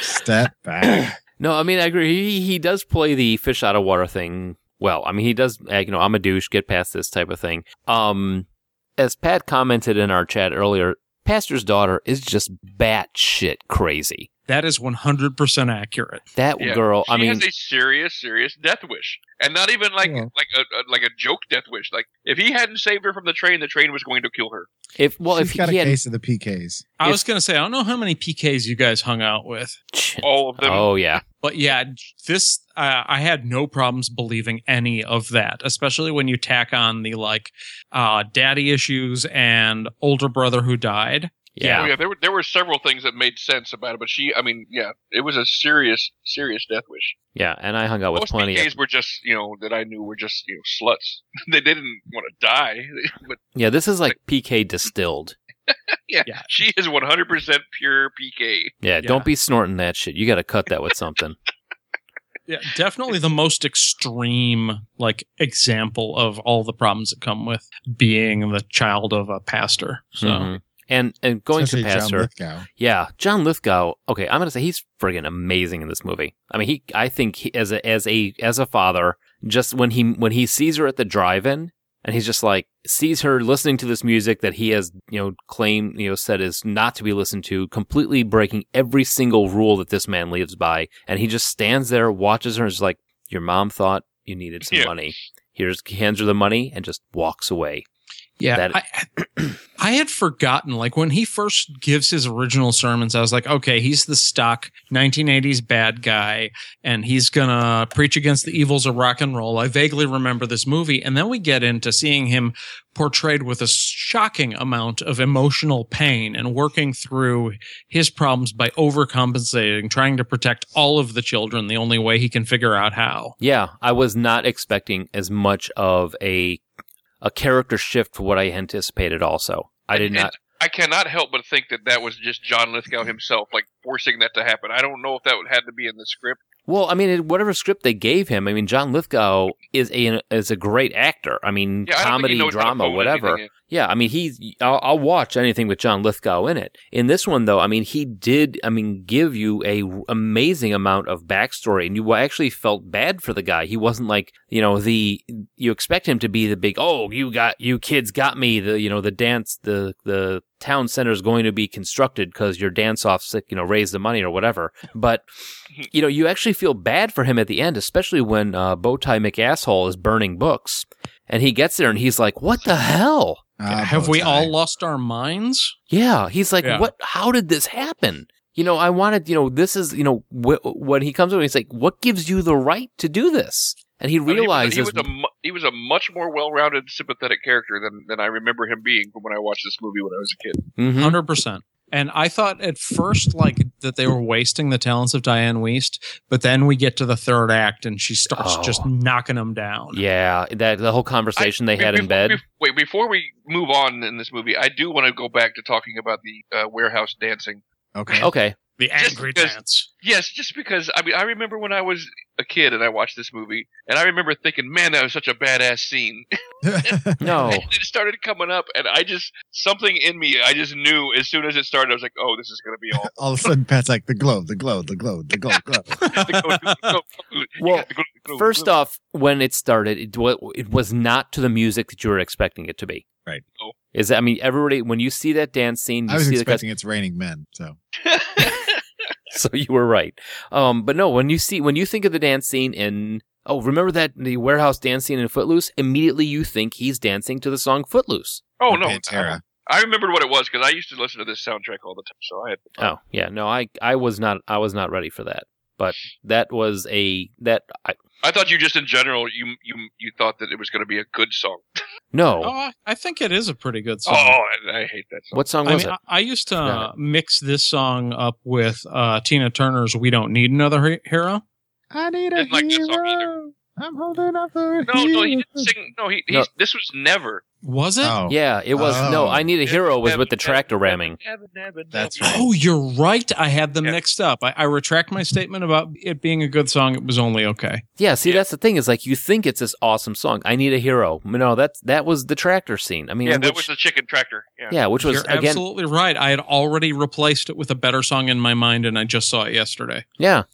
step back.
No, I mean, I agree. He, he does play the fish out of water thing well. I mean, he does, uh, you know, I'm a douche, get past this type of thing. Um, as Pat commented in our chat earlier, Pastor's daughter is just batshit crazy.
That is 100% accurate.
That
Yeah.
girl, I
she
mean,
has a serious, serious death wish, and not even like
Yeah.
like a, a like a joke death wish. Like if he hadn't saved her from the train, the train was going to kill her.
if, well,
She's
if
got
he
a
had,
case of the PKs.
I
If-
was going to say, I don't know how many PKs you guys hung out with,
All of them.
oh, yeah.
but yeah, this, uh, I had no problems believing any of that, especially when you tack on the like uh, daddy issues and older brother who died.
Oh,
Yeah.
yeah. There were there were several things that made sense about it, but she, I mean, yeah, it was a serious, serious death wish.
Yeah. And I hung out with
Most
plenty of
PKs were just you know that I knew were just you know sluts. they didn't want to die, but
Yeah, this is like PK distilled.
she is 100 percent pure PK.
Yeah,
Yeah.
don't be snorting that shit. You got to cut that with something.
Yeah, definitely the most extreme like example of all the problems that come with being the child of a pastor. So
Mhm. and and going
Especially
to Pastor,
John Lithgow.
yeah, John Lithgow. Okay, I'm gonna say he's friggin' amazing in this movie. I mean, he, I think he, as a as a as a father, just when he when he sees her at the drive-in, and he's just like sees her listening to this music that he has you know claimed you know said is not to be listened to, completely breaking every single rule that this man lives by, and he just stands there, watches her, and is like, "Your mom thought you needed some
Yeah.
money." Here's hands her the money and just walks away.
Yeah,
That-
I, I had forgotten. Like when he first gives his original sermons, I was like, okay, he's the stock 1980s bad guy, and he's gonna preach against the evils of rock and roll. I vaguely remember this movie, and then we get into seeing him portrayed with a shocking amount of emotional pain and working through his problems by overcompensating, trying to protect all of the children the only way he can figure out how.
Yeah, I was not expecting as much of a a character shift for what I anticipated. Also, I did
And-
not.
I cannot help but think that that was just John Lithgow himself, like forcing that to happen. I don't know if that had to be in the script.
Well, I mean, whatever script they gave him, I mean, John Lithgow is a is a great actor. I mean,
Yeah, I don't think he
comedy,
knows how to
drama,
phone
whatever.
anything in.
Yeah, I mean, he's I'll, I'll watch anything with John Lithgow in it. In this one, though, I mean, he did. I mean, give you a r- amazing amount of backstory, and you actually felt bad for the guy. He wasn't like you know the you expect him to be the big oh you got you kids got me the you know the dance the the town center is going to be constructed because your dance offs you know raise the money or whatever. But you know you actually feel bad for him at the end, especially when uh, Bowtie McAsshole is burning books. And he gets there and he's like, "What the hell?"
Ah,
Have we
Bowtie.
all lost our minds?
Yeah, he's like,
Yeah.
what? How did this happen? You know, I wanted. You know, this is. You know, wh- when he comes over, he's like, what gives you the right to do this? And he
I mean, he was-
realizes.
he was, a mu- he was a much more well-rounded, sympathetic character than than I remember him being from when I watched this movie when I was a kid.
Mhm.
hundred percent. And I thought at first like that they were wasting the talents of Diane Weist, but then we get to the third act and she starts
Oh.
just knocking them down.
Yeah, that the whole conversation they
Be-
had in bed.
before- be- wait, before we move on in this movie, I do want to go back to talking about the uh, warehouse dancing.
Okay.
Okay,
The
Just
angry
because-
dance.
Yes, just because I mean I remember when I was a kid and I watched this movie and I remember thinking, man, that was such a badass scene.
No.
And it started coming up and I just something in me I just knew as soon as it started I was like, oh, this is gonna be all
All of a sudden, Pat's like the glow, the glow, the glow, the glow, glow.
the go- the go- the
Well,
go- the go- the go-
First
the-
off, when it started, it, wa- it was not to the music that you were expecting it to be.
Right.
Oh.
Is that, I mean, everybody, when you see that dance scene, you
I was
see the guys,
expecting it's raining men. So
so you were right. Um, but no, when you see, when you think of the dance scene in, oh, remember that the warehouse dance scene in Footloose? Immediately you think he's dancing to the song Footloose.
Oh no.
Pantera.
I remembered what it was because I used to listen to this soundtrack all the time. So I had
Oh yeah, no, I, I was not, I was not ready for that. But that was a that I,
I thought you just in general you you you thought that it was going to be a good song.
no.
Oh, I, I think it is a pretty good
Oh,
song.
I, I hate that song.
what song
I
was
mean,
it?
I, I used to
Forgot
uh, mix this song up with uh, Tina Turner's "We Don't Need Another He- Hero."
I need a
Didn't like this song either.
hero. I'm holding up for a
No, no, he
hero.
didn't sing. No, he, he
No.
this was never.
Was it?
Oh,
yeah, it was no.
Oh.
I need a hero was with the tractor ramming.
That's right.
Oh, you're right. I had them
Yeah.
mixed up. I, I retract my statement about it being a good song. It was only okay.
Yeah, see that's the thing is like you think it's this awesome song. I need a hero. No, that's that was the tractor scene. I mean,
Yeah, that
which,
was the chicken tractor. Yeah.
yeah, which was
you're
again,
absolutely right. I had already replaced it with a better song in my mind, and I just saw it yesterday.
yeah.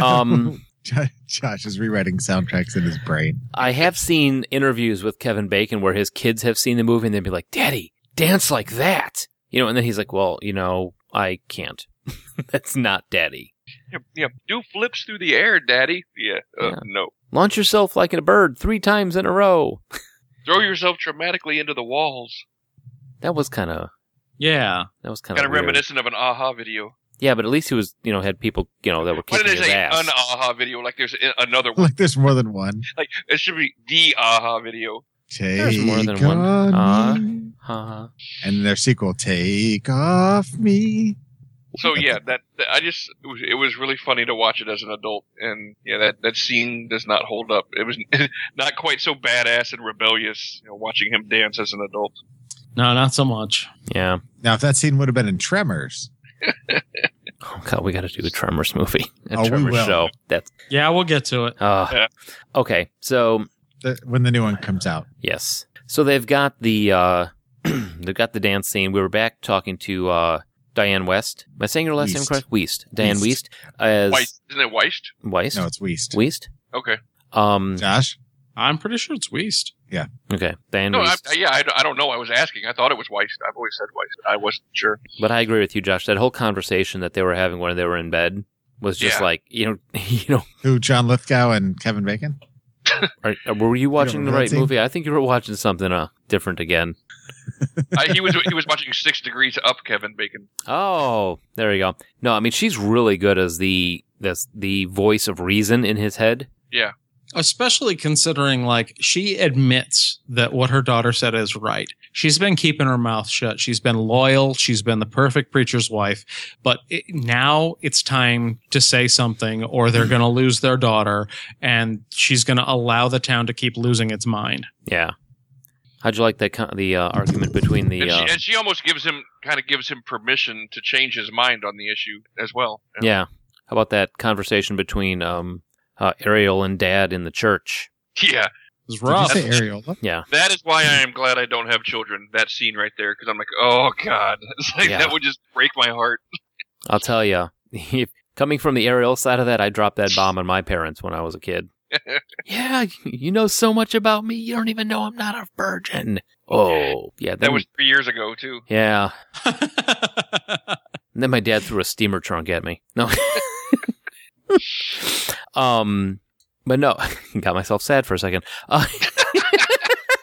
um,
Jo- Josh is rewriting soundtracks in his brain.
I have seen interviews with Kevin Bacon where his kids have seen the movie and they'd be like, "Daddy, dance like that," you know, and then he's like, "Well, you know, I can't. that's not daddy.
yeah, yeah. Do flips through the air, Daddy. Yeah, uh,
Yeah.
no.
Launch yourself like a bird three times in a row."
Throw yourself dramatically into the walls.
That was kind of
Yeah.
that was kind
Kind
of
of reminiscent of an aha video.
Yeah, but at least he was, you know, had people, you know, that were
Why
kicking
did they
his
say
ass.
an aha video? Like there's i- another one.
Like there's more than one.
Like it should be the aha video.
Take
There's more than one.
on
Uh-huh.
me.
Huh.
And their sequel, Take Off Me.
So yeah, that, that- I just it was, it was really funny to watch it as an adult, and yeah, that that scene does not hold up. It was not quite so badass and rebellious. You know, watching him dance as an adult.
No, not so much.
Yeah.
Now, if that scene would have been in Tremors,
Oh god, we got to do a Tremors movie, a
Oh, we
Tremors
will.
show. That's
Yeah, we'll get to it.
uh
Yeah.
okay. So
the, when the new one comes out,
yes, so they've got the uh they've got the dance scene. We were back talking to uh Diane West. Am I saying her last name
Wiest.
correct? Weist. Diane Weist
Wiest.
as
Weist, isn't it Weist?
Weist.
no, it's Weast.
Weist.
Okay.
Um.
Josh,
I'm pretty sure it's Weast.
Okay. Diane
No, I,
Wiest.
yeah, I, I don't know. I was asking. I thought it was Weist. I've always said Weist. I wasn't sure.
But I agree with you, Josh. That whole conversation that they were having when they were in bed was just
Yeah.
like you know you know
who John Lithgow and Kevin Bacon?
Are, uh, were you watching the
remember that
right
scene?
movie? I think you were watching something uh, different again.
I, he was he was watching Six Degrees Up. Kevin Bacon.
Oh, there you go. No, I mean she's really good as the as the voice of reason in his head.
Especially considering, like, she admits that what her daughter said is right. She's been keeping her mouth shut. She's been loyal. She's been the perfect preacher's wife. But it, now it's time to say something, or they're going to lose their daughter, and she's going to allow the town to keep losing its mind.
Yeah. How'd you like that con- the uh, argument between the
and,
uh,
she, and she almost gives him kind of gives him permission to change his mind on the issue as well.
yeah? How about that conversation between um, uh, Ariel and Dad in the church?
Yeah.
It's
Did you
rough.
say Ariola?
That is why I am glad I don't have children. That scene right there, because I'm like, oh god, it's like,
Yeah.
that would just break my heart.
I'll tell you. Coming from the Ariel side of that, I dropped that bomb on my parents when I was a kid. yeah, you know so much about me, you don't even know I'm not a virgin. Oh, yeah,
That
then-
was three years ago too.
Yeah. And then my dad threw a steamer trunk at me. No. um, but no, got myself sad for a second. Uh,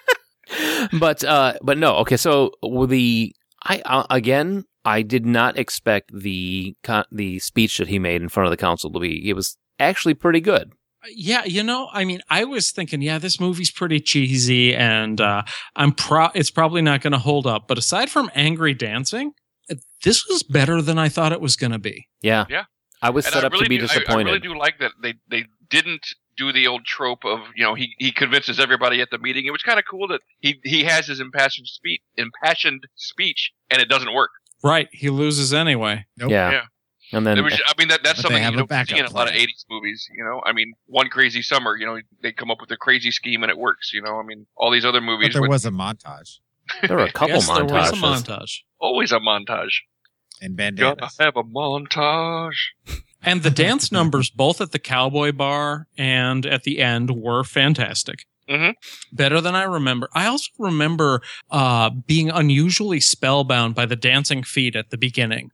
but uh, but no. Okay, so with the I uh, again, I did not expect the con- the speech that he made in front of the council to be. It was actually pretty good.
Uh, yeah you know i mean i was thinking yeah this movie's pretty cheesy and uh i'm pro it's probably not going to hold up but aside from angry dancing uh, this was better than i thought it was going to be
Yeah.
Yeah.
I was
And
set
I
up
really
to be
do, I- I,
disappointed.
really do like that they they didn't do the old trope of you know he, he convinces everybody at the meeting. It was kind of cool that he he has his impassioned speech impassioned speech and it doesn't work.
Right. He loses anyway.
Nope.
Yeah.
Yeah.
And then
There was- I mean, that, that's
But they
something
have
you
a
don't see
backup
in a lot of
plan.
'80s movies. You know, I mean, one crazy summer. You know, they come up with a crazy scheme and it works. You know, I mean, all these other
But
movies
there
with
was a montage
there were a couple
yes, there
montages.
was a montage.
always a montage.
and
Gotta
bandanas.
have a montage.
And the dance numbers, both at the cowboy bar and at the end, were fantastic.
Mhm.
Better than I remember. I also remember uh, being unusually spellbound by the dancing feet at the beginning.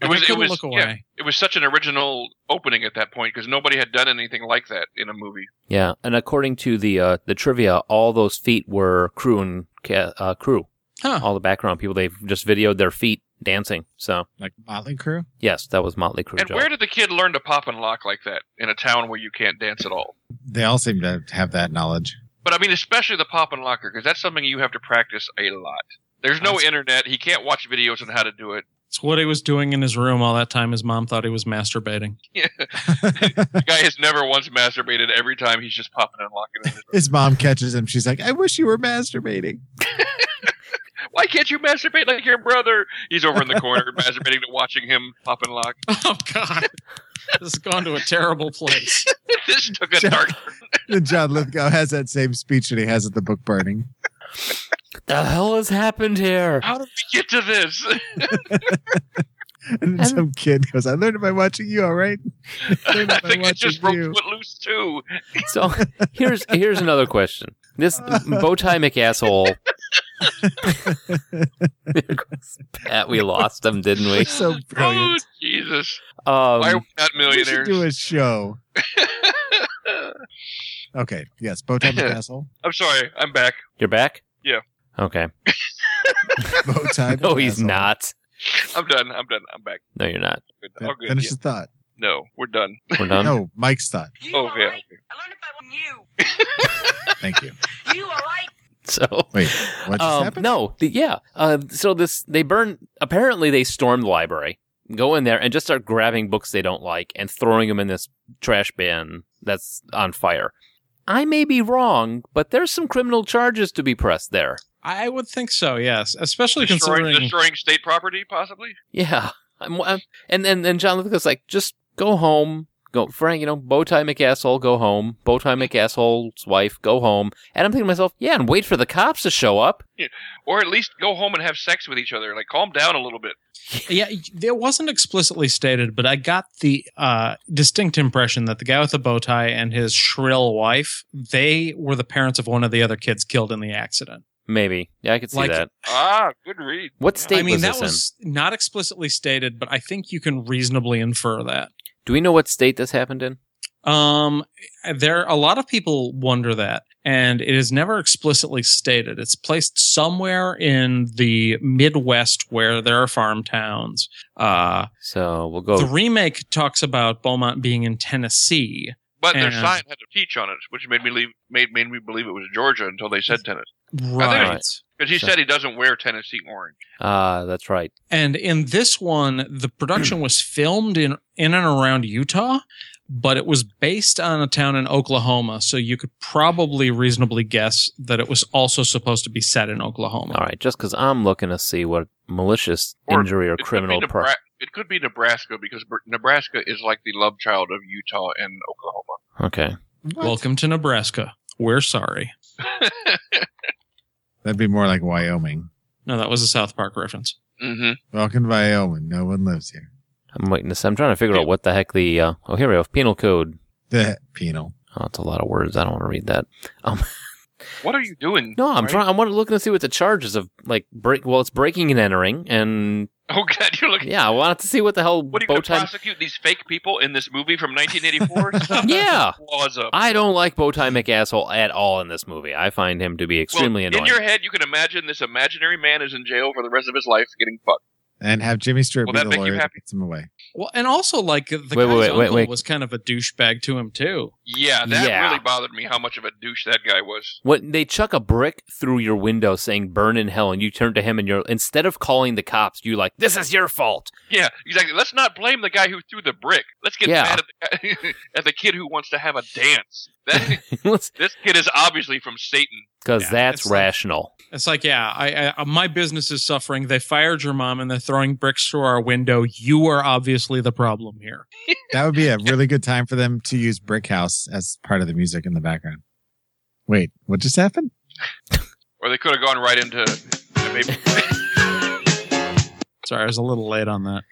It
Like,
was-
I
it
couldn't
was-
look away.
yeah. It was such an original opening at that point because nobody had done anything like that in a movie.
Yeah, and according to the uh, the trivia, all those feet were crew and ca- uh, crew.
Huh.
All the background people they've just videoed their feet dancing. So
Like Motley Crew.
yes, that was Motley Crue.
And
Joe.
where did the kid learn to pop and lock like that in a town where you can't dance at all?
They all seem to have that knowledge.
But I mean, especially the pop and locker because that's something you have to practice a lot. There's no
That's-
internet. He can't watch videos on how to do it.
It's what he was doing in his room all that time. His mom thought he was masturbating.
The guy has never once masturbated. Every time he's just popping and locking. in his room.
His mom catches him. She's like, I wish you were masturbating.
Why can't you masturbate like your brother? He's over in the corner masturbating to watching him pop and lock.
Oh God, this has gone to a terrible place.
this took a
Jeff-
dark.
And John Lithgow has that same speech that he has at the book burning.
the hell has happened here?
How did we get to this?
And then some kid goes, I learned it by watching you, all right? I learned
I
it by
think it
watching
just broke
you.
Footloose too.
So here's here's another question. This Bowtie McAsshole. Pat, we lost him, didn't we?
We're so brilliant.
Oh Jesus! Why are
Um,
we not
We should
millionaires?
do a show. Okay. Yes. Bowtie Castle.
I'm sorry, I'm back.
you're back.
Yeah.
Okay.
Bowtie.
No, he's
McCastle.
not.
I'm done. I'm done. I'm back.
No, you're not.
Good.
Fin-
All good.
Finish
yeah.
the thought.
No, we're done.
We're done.
no, Mike's thought.
You
Oh,
are
yeah.
right. I learned about
Thank you.
you. You are right.
So
Wait, what just
Um,
happened?
No, the- yeah. Uh, so this, they burn. Apparently, they storm the library, go in there, and just start grabbing books they don't like and throwing them in this trash bin that's on fire. I may be wrong, but there's some criminal charges to be pressed there.
I would think so. Yes, especially
Destroying,
considering
destroying state property, possibly.
Yeah, I'm, I'm, and then and John Lithgow's like, just go home. Go, Frank. You know, Bowtie McAsshole, go home. Bowtie McAsshole's wife, go home. And I'm thinking to myself, yeah, and wait for the cops to show up.
Or at least go home and have sex with each other. Like, calm down a little bit.
Yeah, it wasn't explicitly stated, but I got the uh, distinct impression that the guy with the bow tie and his shrill wife, they were the parents of one of the other kids killed in the accident.
Maybe. Yeah, I could see
Like-
that.
Ah, good read.
What state
I mean,
was
that
this in?
was not explicitly stated, but I think you can reasonably infer that.
Do we know what state this happened in?
Um, there a lot of people wonder that, and it is never explicitly stated. It's placed somewhere in the Midwest where there are farm towns. Uh,
So we'll go.
The remake talks about Beaumont being in Tennessee.
But their
Yeah.
sign had a peach on it, which made me leave, made made me believe it was Georgia until they said Tennessee.
Right.
Because he
So-
said he doesn't wear Tennessee orange.
Ah, that's right.
And in this one, the production was filmed in in and around Utah, but it was based on a town in Oklahoma, so you could probably reasonably guess that it was also supposed to be set in Oklahoma.
All right, just because I'm looking to see what malicious
Or
injury or
It could be
criminal. pro-
Nebra- it could be Nebraska because Br- Nebraska is like the love child of Utah and Oklahoma.
okay,
Welcome to Nebraska. We're sorry.
That'd be more like Wyoming.
No, that was a South Park reference.
Mm-hmm.
Welcome to Wyoming. No one lives here.
I'm waiting to. See. I'm trying to figure out what the heck the. Uh, oh, here we go. Penal code.
The penal.
Oh, it's a lot of words. I don't want to read that.
What are you doing?
No, I'm
Frank?
trying. I'm looking to see what the charges of like break. Well, it's breaking and entering, and
Oh God, you're looking.
yeah, I wanted to see what the hell
What are you
bow
going to
tie.
prosecute these fake people in this movie from 1984? Stop
Yeah.
the laws up.
I don't like Bowtie McAsshole at all in this movie. I find him to be extremely
well,
annoying.
In your head, you can imagine this imaginary man is in jail for the rest of his life, getting fucked.
And have Jimmy Stewart
Will
be
that
the
make you
lawyer that
happy?
gets him away.
Well, and also like the
wait,
guy's
wait,
uncle
wait, wait.
was kind of a douchebag to him too.
Yeah, that
Yeah.
really bothered me. How much of a douche that guy was.
When they chuck a brick through your window saying "burn in hell," and you turn to him and you're instead of calling the cops, you like this is your fault.
Yeah, exactly. Let's not blame the guy who threw the brick. Let's get
Yeah.
mad at the, guy, at the kid who wants to have a dance. That,
Let's-
this kid is obviously from Satan.
because
Yeah,
that's
it's like-
rational.
It's like, yeah, I, I my business is suffering. They fired your mom and they're throwing bricks through our window. You are obviously the problem here.
That would be a really good time for them to use Brick House as part of the music in the background. Wait, what just happened?
Or they could have gone right into maybe
Sorry, I was a little late on that.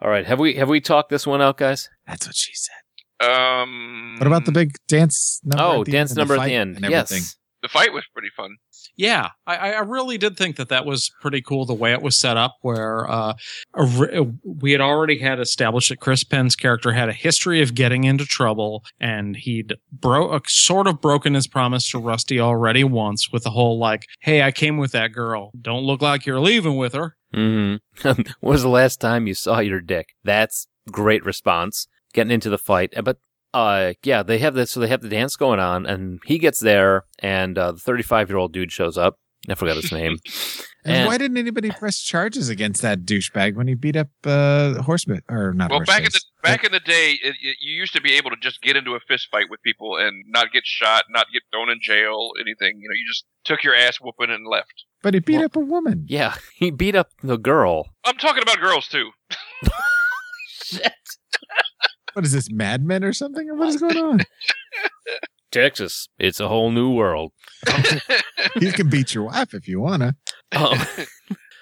All right, have we have we talked this one out, guys?
That's what she said.
um
What about the big dance number?
Mm. oh,
at the
dance
end and
number
the
at
fight
the end.
and everything?
Yes.
the fight was pretty fun.
Yeah, I, I I really did think that that was pretty cool the way it was set up, where uh, a re- we had already had established that Chris Penn's character had a history of getting into trouble, and he'd bro- uh, sort of broken his promise to Rusty already once with the whole like, "Hey, I came with that girl. Don't look like you're leaving with her."
Mm-hmm. when was the last time you saw your dick? That's great response. Getting into the fight, but uh, yeah, they have this. So they have the dance going on, and he gets there, and uh, the thirty-five-year-old dude shows up. I forgot his name.
And,
And-
why didn't anybody press charges against that douchebag when he beat up uh, Horseman or not?
Well, back in the
Horseface.
back in the day, it, it, you used to be able to just get into a fist fight with people and not get shot, not get thrown in jail, anything. You know, you just took your ass whooping and left.
but he beat
Well-
up a woman.
Yeah, he beat up the girl.
I'm talking about girls too.
What is this, Mad Men or something? What is going on?
Texas, it's a whole new world.
you can beat your wife if you wanna.
Um,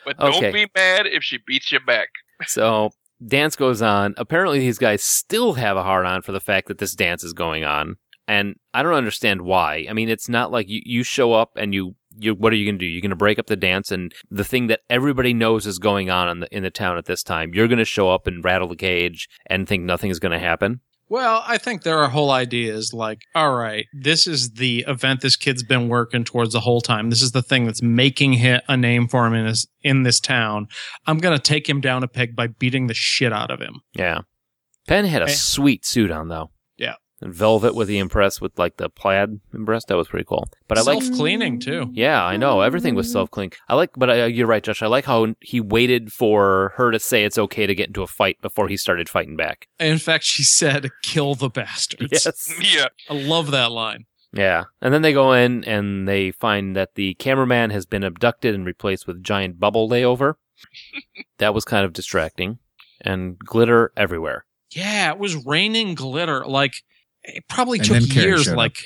But
Okay.
don't be mad if she beats you back.
So dance goes on. Apparently, these guys still have a hard on for the fact that this dance is going on, and I don't understand why. I mean, it's not like you, you show up and you you what are you going to do? You're going to break up the dance and the thing that everybody knows is going on in the in the town at this time. You're going to show up and rattle the cage and think nothing is going to happen.
Well, I think their whole idea is like, all right, this is the event this kid's been working towards the whole time. This is the thing that's making him a name for him in this in this town. I'm gonna take him down a peg by beating the shit out of him.
Yeah. Penn had a
Eh.
sweet suit on though.
Yeah.
And velvet with the impress with like the plaid impress. That was pretty cool. But I like
self cleaning
Mm.
too.
Yeah, I know. Everything was self clean. I like, but uh, you're right, Josh. I like how he waited for her to say it's okay to get into a fight before he started fighting back.
In fact, she said, "Kill the bastards."
Yeah,
I love that line.
Yeah. And then they go in and they find that the cameraman has been abducted and replaced with giant bubble layover. that was kind of distracting. And glitter everywhere.
Yeah, it was raining glitter. Like it probably
And
took
then Karen
years.
showed up.
Like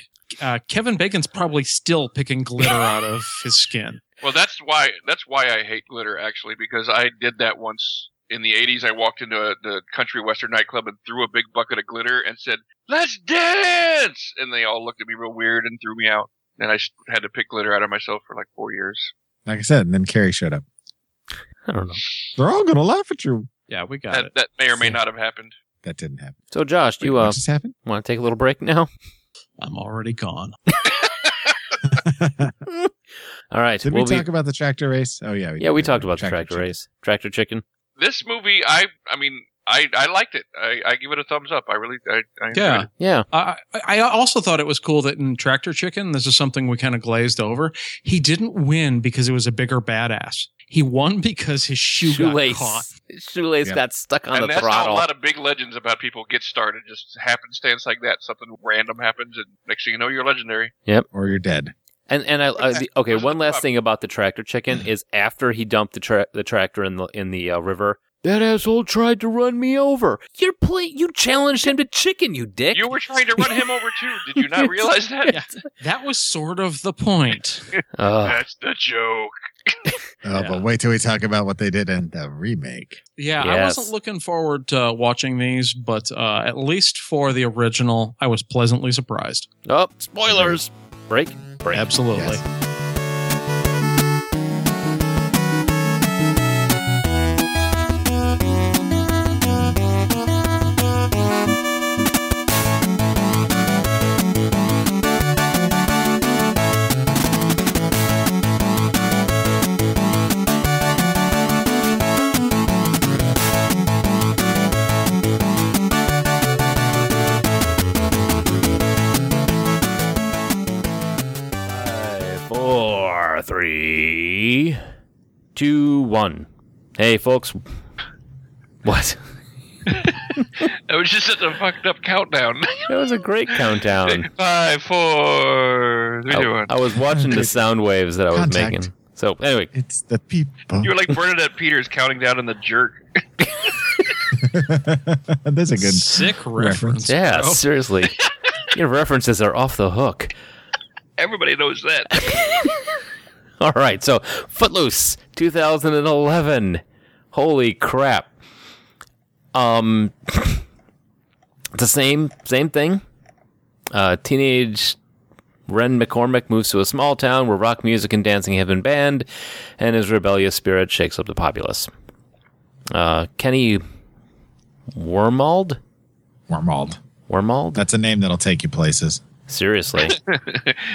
uh, Kevin Bacon's probably still picking glitter out of his skin.
Well, that's why that's why I hate glitter actually because I did that once in the '80s. I walked into a, the country western nightclub and threw a big bucket of glitter and said, "Let's dance!" And they all looked at me real weird and threw me out. And I s- had to pick glitter out of myself for like four years.
Like I said, and then Carrie showed up.
I don't know.
They're all gonna laugh at you.
Yeah, we got
That,
it.
that may or may not have happened.
That didn't happen.
So, Josh, do you
Wait,
uh,
what just happened?
want to take a little break now?
I'm already gone.
All right.
Did
we'll
we
be-
talk about the tractor race? Oh yeah,
yeah,
did.
we talked about the tractor
chicken.
race. Tractor chicken.
This movie, I I mean, I I liked it. I, I give it a thumbs up. I really I, I enjoyed
Yeah.
it.
Yeah.
I, I I also thought it was cool that in Tractor Chicken, this is something we kind of glazed over. He didn't win because he was a bigger badass. He won because his shoe got caught.
Shoelace. Shoelace
Yeah.
got stuck on
and
the
that's
throttle.
how a lot of big legends about people get started. Just happenstance like that. Something random happens, and next thing you know, you're legendary.
Or you're dead.
And and I, I the, okay, one last thing about the tractor chicken is after he dumped the tra- the tractor in the in the uh, river, that asshole tried to run me over. You're play you challenged him to chicken, you dick.
You were trying to run him over too. Did you not realize that?
Yeah, that was sort of the point.
Ugh.
That's the joke.
Oh,
Yeah.
but wait till we talk about what they did in the remake.
Yeah, I
Yes.
wasn't looking forward to watching these, but uh, at least for the original, I was pleasantly surprised.
oh, spoilers. Break. Break.
Absolutely.
Yes.
Five, four, three, two, one. Hey, folks. What?
It was just such a fucked up countdown.
That was a great countdown.
Five, four, How we
I,
doing?
I was watching the sound waves that I was
Contact.
making. So anyway,
It's the people.
you were like Bernadette Peters counting down in the jerk.
That's a good.
sick reference.
yeah,
bro.
seriously, your references are off the hook.
Everybody knows that.
All right, so Footloose 2011. Holy crap. Um it's the same same thing. Uh teenage Ren McCormick moves to a small town where rock music and dancing have been banned and his rebellious spirit shakes up the populace. Uh Kenny Wormald?
Wormald.
Wormald?
That's a name that'll take you places.
Seriously.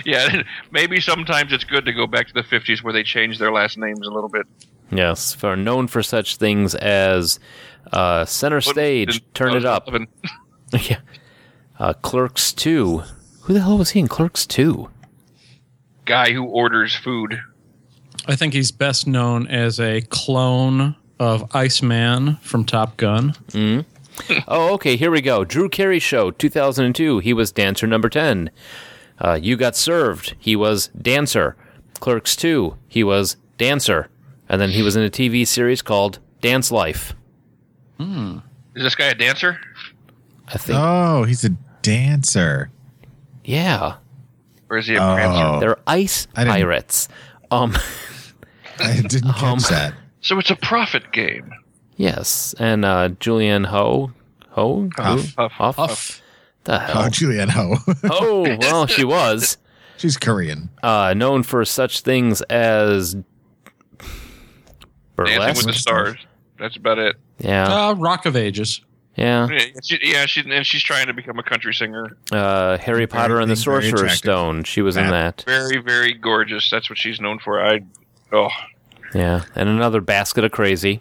yeah, maybe sometimes it's good to go back to the 50s where they changed their last names a little bit.
yes, for known for such things as uh, center stage, turn it up.
Sullivan.
Yeah. Uh, Clerks 2. Who the hell was he in Clerks 2?
Guy who orders food.
I think he's best known as a clone of Iceman from Top Gun.
Oh, okay, here we go. Drew Carey Show, 2002. He was dancer number 10. Uh, you Got Served. He was dancer. Clerks 2. He was dancer. And then he was in a TV series called Dance Life.
Is this guy a dancer?
I think.
Oh, he's a dancer.
Yeah.
Or is he a prancer?
Oh,
They're ice
I didn't-
pirates. Um,
I didn't catch
Um,
that.
So it's a profit game.
yes. And uh, Julianne Ho. Ho?
Huff.
Huff. Huff.
Huff.
The
Oh,
hell?
Julianne Ho.
Oh, well, she was.
She's Korean.
uh, known for such things as
Dancing with
burlesque.
the Stars. That's about it.
Yeah,
Uh, Rock of Ages.
yeah.
Yeah, she, yeah she, and she's trying to become a country singer.
Uh, Harry Potter and the
being very
Sorcerer's
attractive.
Stone. She was in that.
Very, very gorgeous. That's what she's known for. I, oh,
Yeah, and another basket of crazy.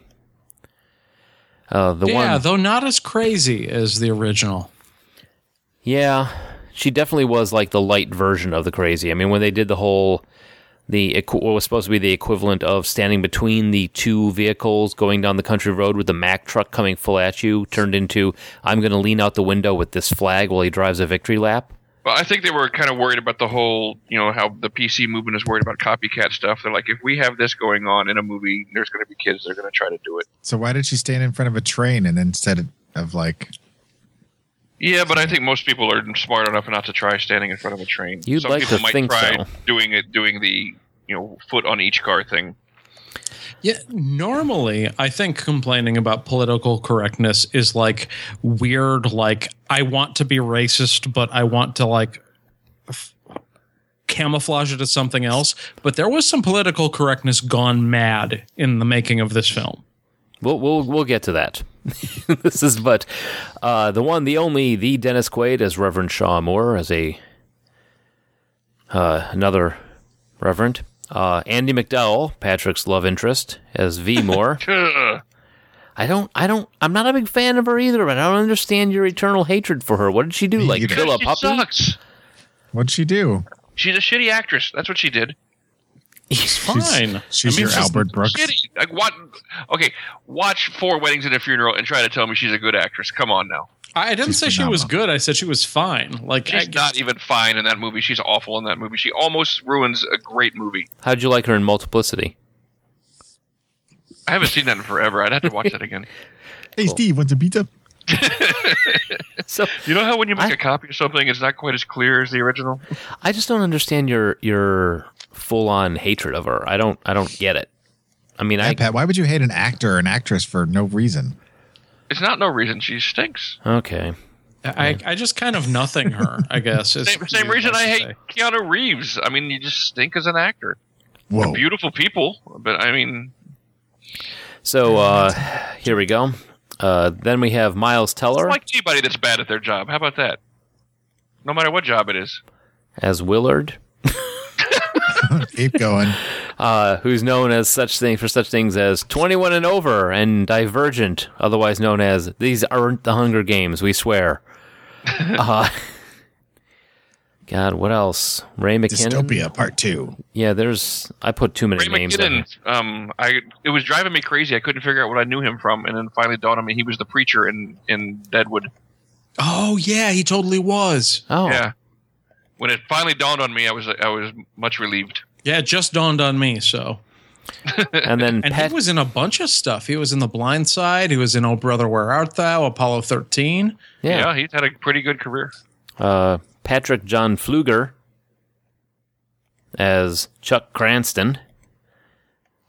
Uh, the
Yeah,
one.
though not as crazy as the original.
yeah, she definitely was like the light version of the crazy. I mean, when they did the whole. The equ- what was supposed to be the equivalent of standing between the two vehicles going down the country road with the Mack truck coming full at you turned into I'm going to lean out the window with this flag while he drives a victory lap.
Well, I think they were kind of worried about the whole, you know, how the PC movement is worried about copycat stuff. They're like, if we have this going on in a movie, there's going to be kids that are going to try to do it.
So why did she stand in front of a train and instead of like?
Yeah, but I think most people are smart enough not to try standing in front of a train.
You'd
Some
like
people
to
might
think
try
so.
doing it, doing the, you know, foot on each car thing.
Yeah, normally I think complaining about political correctness is like weird. Like I want to be racist, but I want to like f- camouflage it as something else. But there was some political correctness gone mad in the making of this film.
We'll we'll we'll get to that. this is but uh, the one, the only, the Dennis Quaid as Reverend Shaw Moore as a uh, another Reverend. Uh, Andy McDowell, Patrick's love interest, as V Moore.
Ugh.
I don't, I don't, I'm not a big fan of her either, but I don't understand your eternal hatred for her. What did she do?
Me
Like
either.
kill a
she
puppy?
sucks.
What'd she do?
She's a shitty actress. That's what she did.
It's fine.
She's
I mean,
your Albert Brooks.
Shitty. Like what? Okay, watch Four Weddings and a Funeral and try to tell me she's a good actress. Come on now.
I didn't
She's
say she was
phenomenal.
good. I said she was fine. Like I,
She's not even fine in that movie. She's awful in that movie. She almost ruins a great movie.
How'd you like her in Multiplicity?
I haven't seen that in forever. I'd have to watch that again.
Hey Steve, wants a pizza?
So
You know how when you
I-
make a copy of something, it's not quite as clear as the original.
I just don't understand your your full on hatred of her. I don't, I don't get it. I mean,
Hey,
I
Pat, why would you hate an actor or an actress for no reason?
It's not no reason she stinks.
okay.
I, I just kind of nothing her. I guess is
Same, same
really
reason
nice
I
to
hate
say.
Keanu Reeves. I mean, you just stink as an actor.
Whoa.
Beautiful people, but I mean,
So uh, here we go. Uh, then we have Miles
I
Teller
don't like anybody that's bad at their job. How about that? No matter what job it is.
as Willard,
Keep going.
uh, who's known as such thing for such things as Twenty One and Over and Divergent, otherwise known as These Aren't the Hunger Games. We swear. uh, God, what else? Ray McKinnon.
Dystopia part two.
Yeah, there's. I put too many
Ray
names. in
McKinnon. Um, I it was driving me crazy. I couldn't figure out what I knew him from, and then finally dawned on me he was the preacher in in Deadwood.
Oh yeah, he totally was.
Oh,
Yeah, when it finally dawned on me, I was I was much relieved.
Yeah, it just dawned on me. So,
And then
and
Pet
he was in a bunch of stuff. He was in The Blind Side. He was in Oh Brother, Where Art Thou? Apollo 13.
yeah,
yeah he's had a pretty good career.
Uh, Patrick John Pfluger as Chuck Cranston,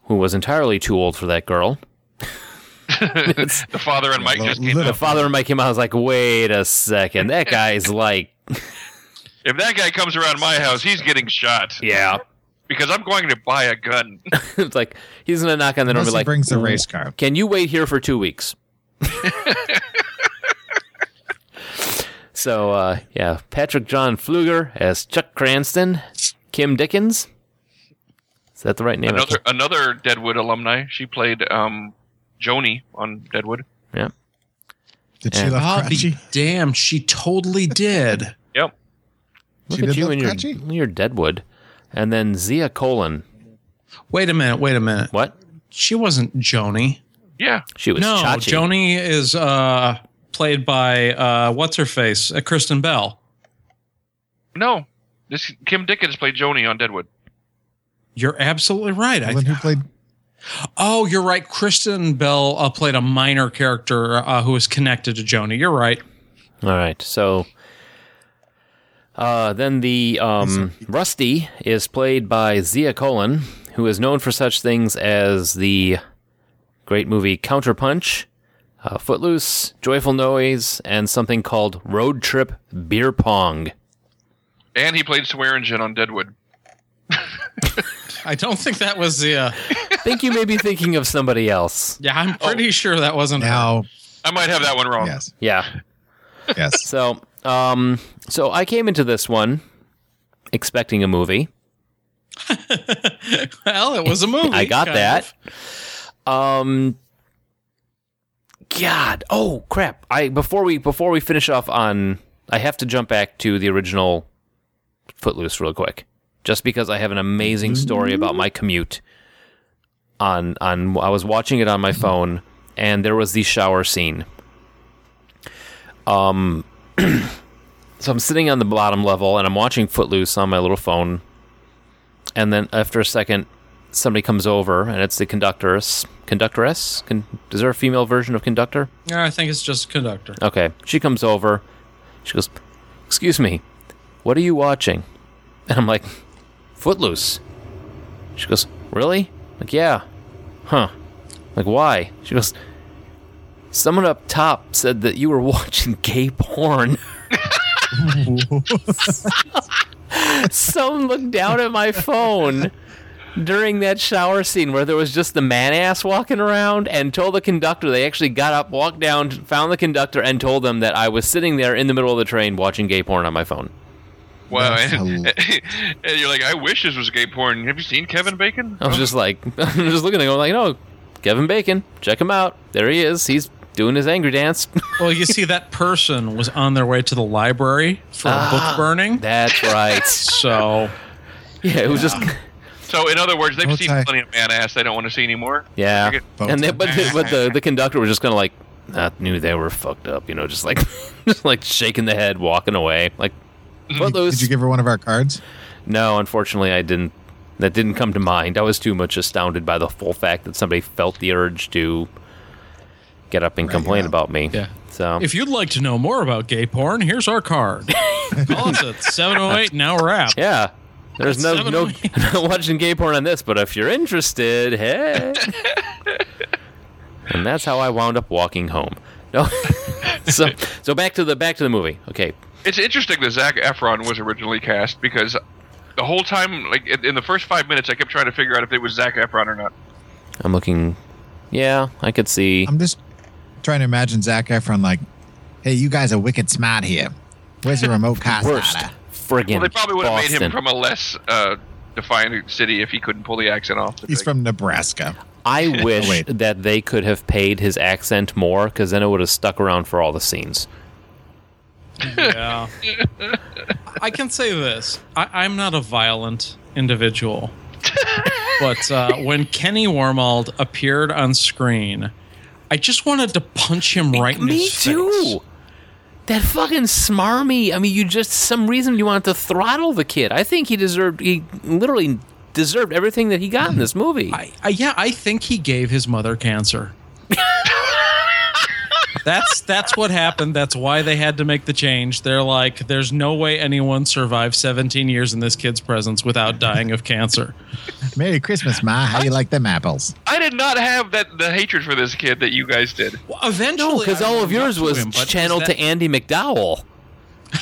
who was entirely too old for that girl.
the father and Mike just came
The
out.
father of my came out I was like, wait a second, that guy's like,
If that guy comes around my house, he's getting shot
yeah,
because I'm going to buy a gun.
it's like he's gonna knock on the door and be
Unless he
like,
brings the race car.
Can you wait here for two weeks? so, uh, yeah, Patrick John Pfluger as Chuck Cranston, Kim Dickens. Is that the right name?
Another another Deadwood alumni. She played um, Joni on Deadwood.
Did
Yeah.
she love
I'll be
Crotchy?
damn, she totally did.
Yep.
Look
She
at
did
you
love
and your,
Crotchy?
your Deadwood. And then Zia Colon.
Wait a minute, wait a minute.
What?
She wasn't Joni.
Yeah.
She was
No,
Chachi.
Joni is uh, played by uh, what's her face, uh, Kristen Bell.
No. This Kim Dickens played Joni on Deadwood.
You're absolutely right.
Well, then who
I,
played?
oh, you're right. Kristen Bell uh, played a minor character uh, who was connected to Joni. You're right.
All right. So uh, then the um, Rusty is played by Zia Colon, who is known for such things as the great movie Counterpunch, uh, Footloose, Joyful Noise, and something called Road Trip Beer Pong.
And he played Swearingen on Deadwood.
I don't think that was the. Uh,
I think you may be thinking of somebody else.
yeah, I'm pretty sure that wasn't. her.
Now,
I might have that one wrong.
yes,
Yeah.
yes.
So, um, so I came into this one expecting a movie.
well, it was a movie.
I got
kind
that.
of.
Um God. Oh crap. I before we before we finish off on I have to jump back to the original Footloose real quick. Just because I have an amazing story about my commute on on I was watching it on my phone and there was the shower scene. Um so I'm sitting on the bottom level and I'm watching Footloose on my little phone. And then after a second, somebody comes over and it's the conductoress. Conductoress? Con- is there a female version of conductor?
Yeah, I think it's just conductor.
Okay. She comes over. She goes, Excuse me, what are you watching? And I'm like, Footloose. She goes, Really? I'm like, yeah. Huh. I'm like, why? She goes, Someone up top said that you were watching gay porn. Someone looked down at my phone during that shower scene where there was just the man ass walking around and told the conductor they actually got up, walked down, found the conductor, and told them that I was sitting there in the middle of the train watching gay porn on my phone.
Wow.
That's
And, and you're like, I wish this was gay porn. Have you seen Kevin Bacon?
I was just like, I'm just looking at him, like, no, Kevin Bacon, check him out. There he is. He's doing his angry dance.
Well, you see, that person was on their way to the library for a
Ah.
book burning.
That's right.
So
Yeah, it was just,
So, in other words, they've
Bow
seen
tie.
plenty of man ass they don't want to see anymore.
yeah.
Forget-
And they, but the, but the, the conductor was just kind of like, I knew they were fucked up, you know, just like, just like shaking the head, walking away, like, footloose.
Did you give her one of our cards?
No, unfortunately, I didn't. That didn't come to mind. I was too much astounded by the full fact that somebody felt the urge to get up and complain about me.
Yeah.
So
If you'd like to know more about gay porn, here's our card. Call us at 708 Now Rap.
yeah, there's no
Seven
no
of me.
I'm not watching gay porn on this. But if you're interested, hey. and that's how I wound up walking home. No. so so back to the back to the movie. Okay.
It's interesting that Zach Efron was originally cast because the whole time, like in in the first five minutes, I kept trying to figure out if it was Zach Efron or not.
I'm looking. Yeah, I could see.
I'm just trying to imagine Zach Efron like, "Hey, you guys are wicked smart here. Where's the remote car?
Worst
starter?"
friggin'
Well, they probably would have made
Boston.
him from a less uh, defined city if he couldn't pull the accent off.
He's from Nebraska.
I wish
wait.
that they could have paid his accent more because then it would have stuck around for all the scenes.
Yeah. I can say this I, I'm not a violent individual. But uh, when Kenny Warmald appeared on screen, I just wanted to punch him right in his face.
that fucking smarmy. I mean, you just some reason you wanted to throttle the kid. I think he deserved. He literally deserved everything that he got in this movie.
I, I yeah, I think he gave his mother cancer. that's that's what happened. That's why they had to make the change. They're like, there's no way anyone survived 17 years in this kid's presence without dying of cancer.
Merry Christmas, Ma. How you like them apples?
I did not have that the hatred for this kid that you guys did.
Well, eventually,
no, because
I
all of
warmed up
yours
to
was
him, but
channeled
is
to
that-
Andy McDowell.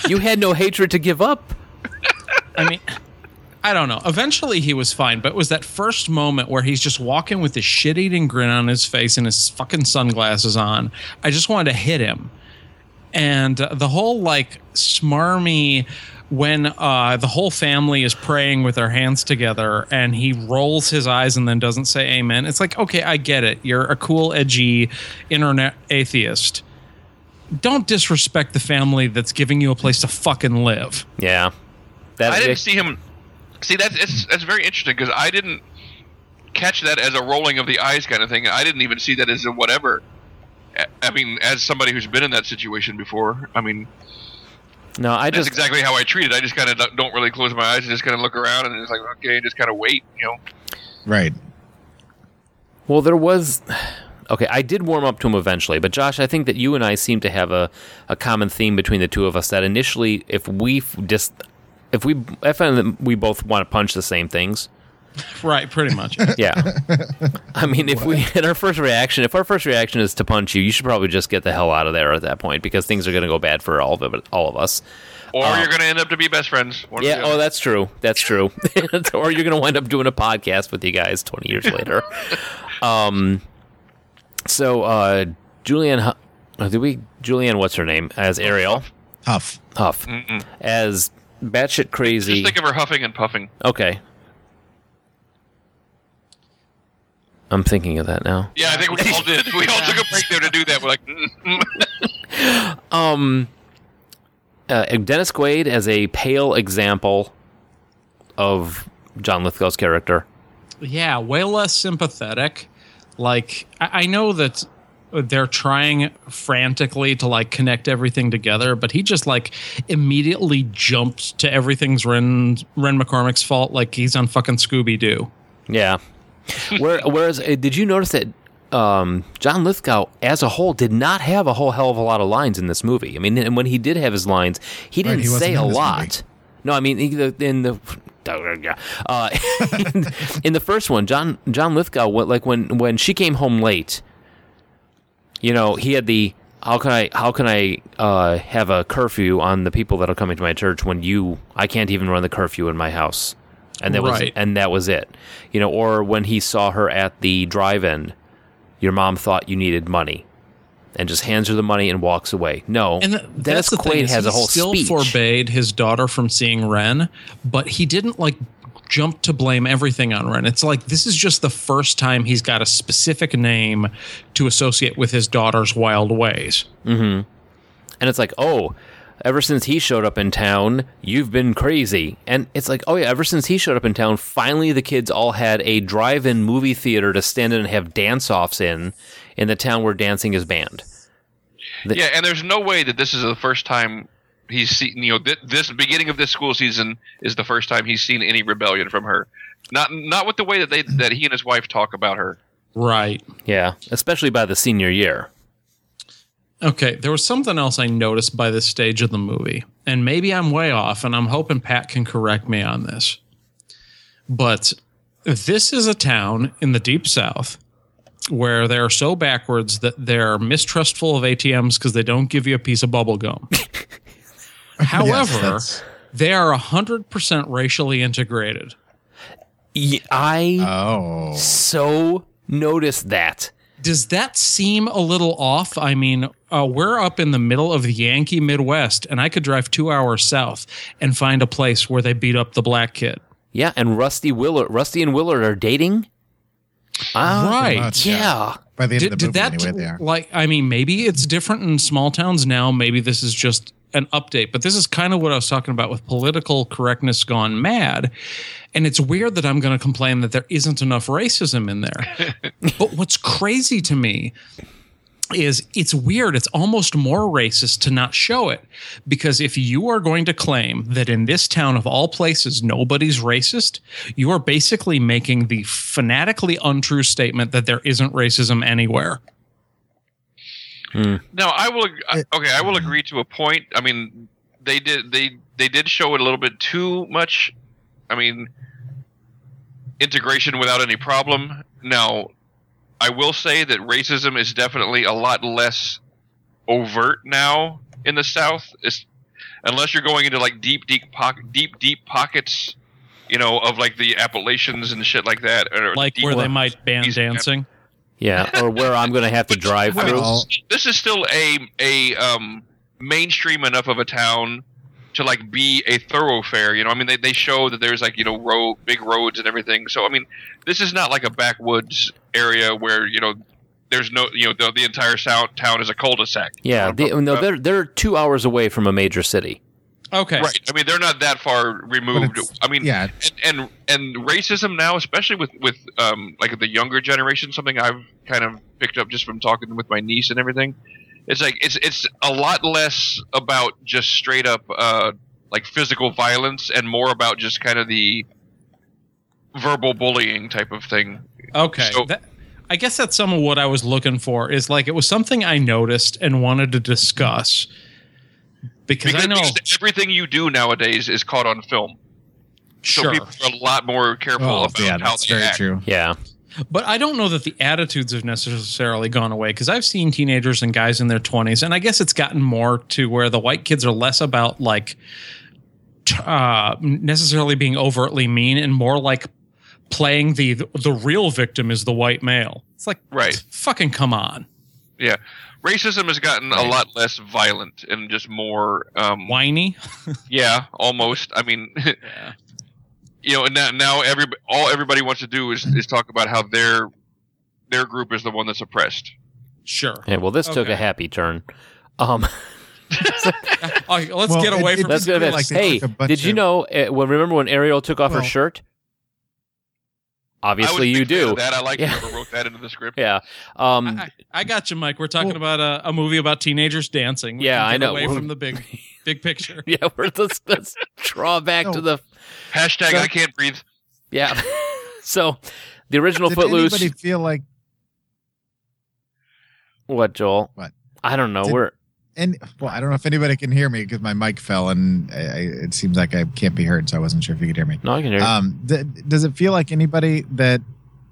You had no hatred to give up.
I mean, I don't know. Eventually, he was fine, but it was that first moment where he's just walking with this shit-eating grin on his face and his fucking sunglasses on. I just wanted to hit him, and uh, the whole like smarmy when uh, the whole family is praying with their hands together and he rolls his eyes and then doesn't say amen it's like okay i get it you're a cool edgy internet atheist don't disrespect the family that's giving you a place to fucking live
Yeah, that
I didn't see him. See, that's it's, that's very interesting because I didn't catch that as a rolling of the eyes kind of thing. I didn't even see that as a whatever. I- I mean, as somebody who's been in that situation before, I mean,
no. I
that's
just
exactly how I treat it. I just kind of don't really close my eyes and just kind of look around and it's like, okay, just kind of wait, you know.
Right.
Well, there was. Okay, I did warm up to him eventually, but Josh, I think that you and I seem to have a, a common theme between the two of us that initially, if we f- just. If we, I found that we both want to punch the same things.
right pretty much
Yeah. I mean, if we, in our first reaction, if our first reaction is to punch you, you should probably just get the hell out of there at that point because things are going to go bad for all of it, all of us.
Or you're going to end up to be best friends. One or
Oh. Yeah.
the
Oh,
other.
that's true. That's true. or you're going to wind up doing a podcast with you guys 20 years later. Um, so, uh, Julianne, Hu- uh, did we, Julianne, what's her name? As Ariel
Huff.
Huff,
Mm-mm.
as batshit
Just
crazy.
think of her huffing and puffing.
Okay. I'm thinking of that now.
Yeah, I think we all did. We all took a break there to do that. We're like, mm, mm.
Um, uh, Dennis Quaid as a pale example of John Lithgow's character.
yeah, way less sympathetic. Like I, I know that they're trying frantically to like connect everything together, but he just like immediately jumped to everything's Ren Ren McCormick's fault. Like he's on fucking Scooby Doo.
Yeah. Where, whereas, uh, did you notice that um, John Lithgow, as a whole, did not have a whole hell of a lot of lines in this movie? I mean, and when he did have his lines, he
Right,
didn't
he wasn't
say
in
a
this
lot. No, I mean he- the- in the uh, in, in the first one, John John Lithgow, what, like when when she came home late, you know, he had the how can I how can I uh, have a curfew on the people that are coming to my church when you I can't even run the curfew in my house, and that was
Right.
and that was it, you know, or when he saw her at the drive-in, your mom thought you needed money, and just hands her the money and walks away. No,
And th-
Dennis
that's the
Quaid
thing, is
has
he
a whole
still
speech.
forbade his daughter from seeing Ren, but he didn't like jump to blame everything on Ren. It's like this is just the first time he's got a specific name to associate with his daughter's wild ways.
And it's like, oh, ever since he showed up in town, you've been crazy. And it's like, oh yeah, ever since he showed up in town, finally the kids all had a drive-in movie theater to stand in and have dance-offs in, in the town where dancing is banned.
yeah, and there's no way that this is the first time he's seen. You know, th- this beginning of this school season is the first time he's seen any rebellion from her. Not not with the way that they that he and his wife talk about her.
Right.
Yeah, especially by the senior year.
Okay, there was something else I noticed by this stage of the movie, and maybe I'm way off, and I'm hoping Pat can correct me on this. But this is a town in the deep south where they're so backwards that they're mistrustful of ATMs because they don't give you a piece of bubble gum.
Yes,
However,
that's-
they are 100% racially integrated.
Y- I
oh.
so noticed that.
Does that seem a little off? I mean, uh, we're up in the middle of the Yankee Midwest, and I could drive two hours south and find a place where they beat up the black kid.
Yeah, and Rusty Willard, Rusty and Willard are dating. Ah,
right.
much,
Yeah.
By the end
Did,
of the
did
movie,
that,
anyway, they are.
like, I mean, maybe it's different in small towns now. Maybe this is just an update, but this is kind of what I was talking about with political correctness gone mad. And it's weird that I'm going to complain that there isn't enough racism in there. but what's crazy to me is it's weird. It's almost more racist to not show it because if you are going to claim that in this town of all places nobody's racist, you are basically making the fanatically untrue statement that there isn't racism anywhere.
No, I will. ag- I- Okay, I will agree to a point. I mean, they did they they did show it a little bit too much. I mean, integration without any problem. Now, I will say that racism is definitely a lot less overt now in the South. It's, unless you're going into like deep, deep pocket, deep, deep pockets, you know, of like the Appalachians and shit like that. Or
Like
deep-
where they might ban
These-
dancing.
Yeah, or where I'm going to have to drive
Well,
through.
this is still a a um, mainstream enough of a town to like be a thoroughfare. You know, I mean, they, they show that there's like you know road big roads and everything. So I mean, this is not like a backwoods area where you know there's no you know the, the entire sound, town is a cul-de-sac.
Yeah,
Um,
the, no,
uh,
they're they're two hours away from a major city.
Okay.
right. I mean, they're not that far removed.
it's-
I mean,
yeah.
and, and and racism now, especially with with um, like the younger generation, something I've kind of picked up just from talking with my niece and everything. It's like it's it's a lot less about just straight up uh, like physical violence and more about just kind of the verbal bullying type of thing.
Okay.
So-
that, I guess that's some of what I was looking for is like it was something I noticed and wanted to discuss because,
Because
I know
just everything you do nowadays is caught on film, so
sure.
people are a lot more careful
Oh,
about
yeah,
how
that's
they
very
act.
true.
Yeah,
But I don't know that the attitudes have necessarily gone away because I've seen teenagers and guys in their 20s, and I guess it's gotten more to where the white kids are less about like t- uh, necessarily being overtly mean and more like playing the the real victim is the white male. It's like
Right.
fucking come on,
Yeah, racism has gotten a lot less violent and just more um,
whiny.
Yeah, almost. I mean, you know, and now, now every all everybody wants to do is, is talk about how their their group is the one that's oppressed.
Sure.
yeah. Well, this took
Okay.
a happy turn. Um,
All right, let's
Well,
get away
it-
from
that's
Just
good.
feel like they
hey,
took a bunch
did you
of-
know? Uh, well, remember when Ariel took off her
Well-
shirt?
I was
Obviously, you
big fan
do.
of that. I like
Yeah.
whoever wrote that into the script.
Yeah. Um,
I, I got you, Mike. We're talking about a, a movie about teenagers dancing. We
Yeah,
can
I
get
know.
Away from the big, big picture.
yeah. We're, let's let's draw back to
No.
the
Hashtag
So-
I can't breathe.
yeah. so the original
Did
Footloose.
anybody feel like
What Joel?
What?
I don't know.
Did-
we're
and well, I don't know if anybody can hear me because my mic fell and I, I, it seems like I can't be heard, so I wasn't sure if you could hear me.
no. I can hear. you.
Um, th- does it feel like anybody that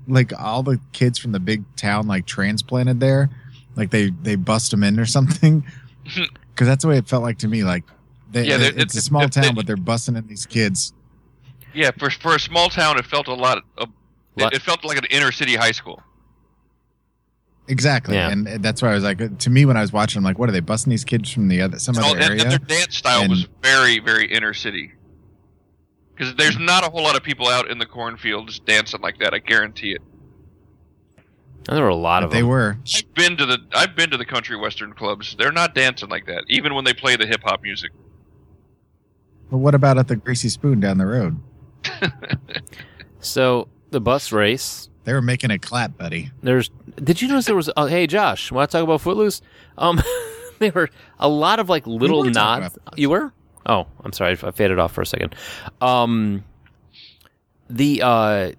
like all the kids from the big town like transplanted there, like they they bust them in or something? Because that's the way it felt like to me. Like they,
Yeah, they're-
it's a
it's-
small
if they-
town, but they're busting in these kids.
Yeah, for for a small town, it felt a lot. Of,
Lot-
it, it felt like an inner city high school.
Exactly,
Yeah.
and that's why I was like, uh, to me when I was watching, I'm like, what are they busting these kids from the other some
Oh,
other
and, and
area?
their dance style was
And-
very very inner city. Because
Mm.
there's not a whole lot of people out in the cornfields dancing like that. I guarantee it.
there were a lot of
they
them.
were.
I've been to the I've been to the country western clubs. They're not dancing like that, even when they play the hip hop music.
But what about at the Greasy Spoon down the road?
So the bus race.
They were making it clap, buddy.
There's. Did you notice there was? Uh, hey Josh, want to talk about Footloose? Um, there were a lot of like little
were talking
nods.
about Footloose.
You were? Oh, I'm sorry. I faded off for a second. Um, the uh,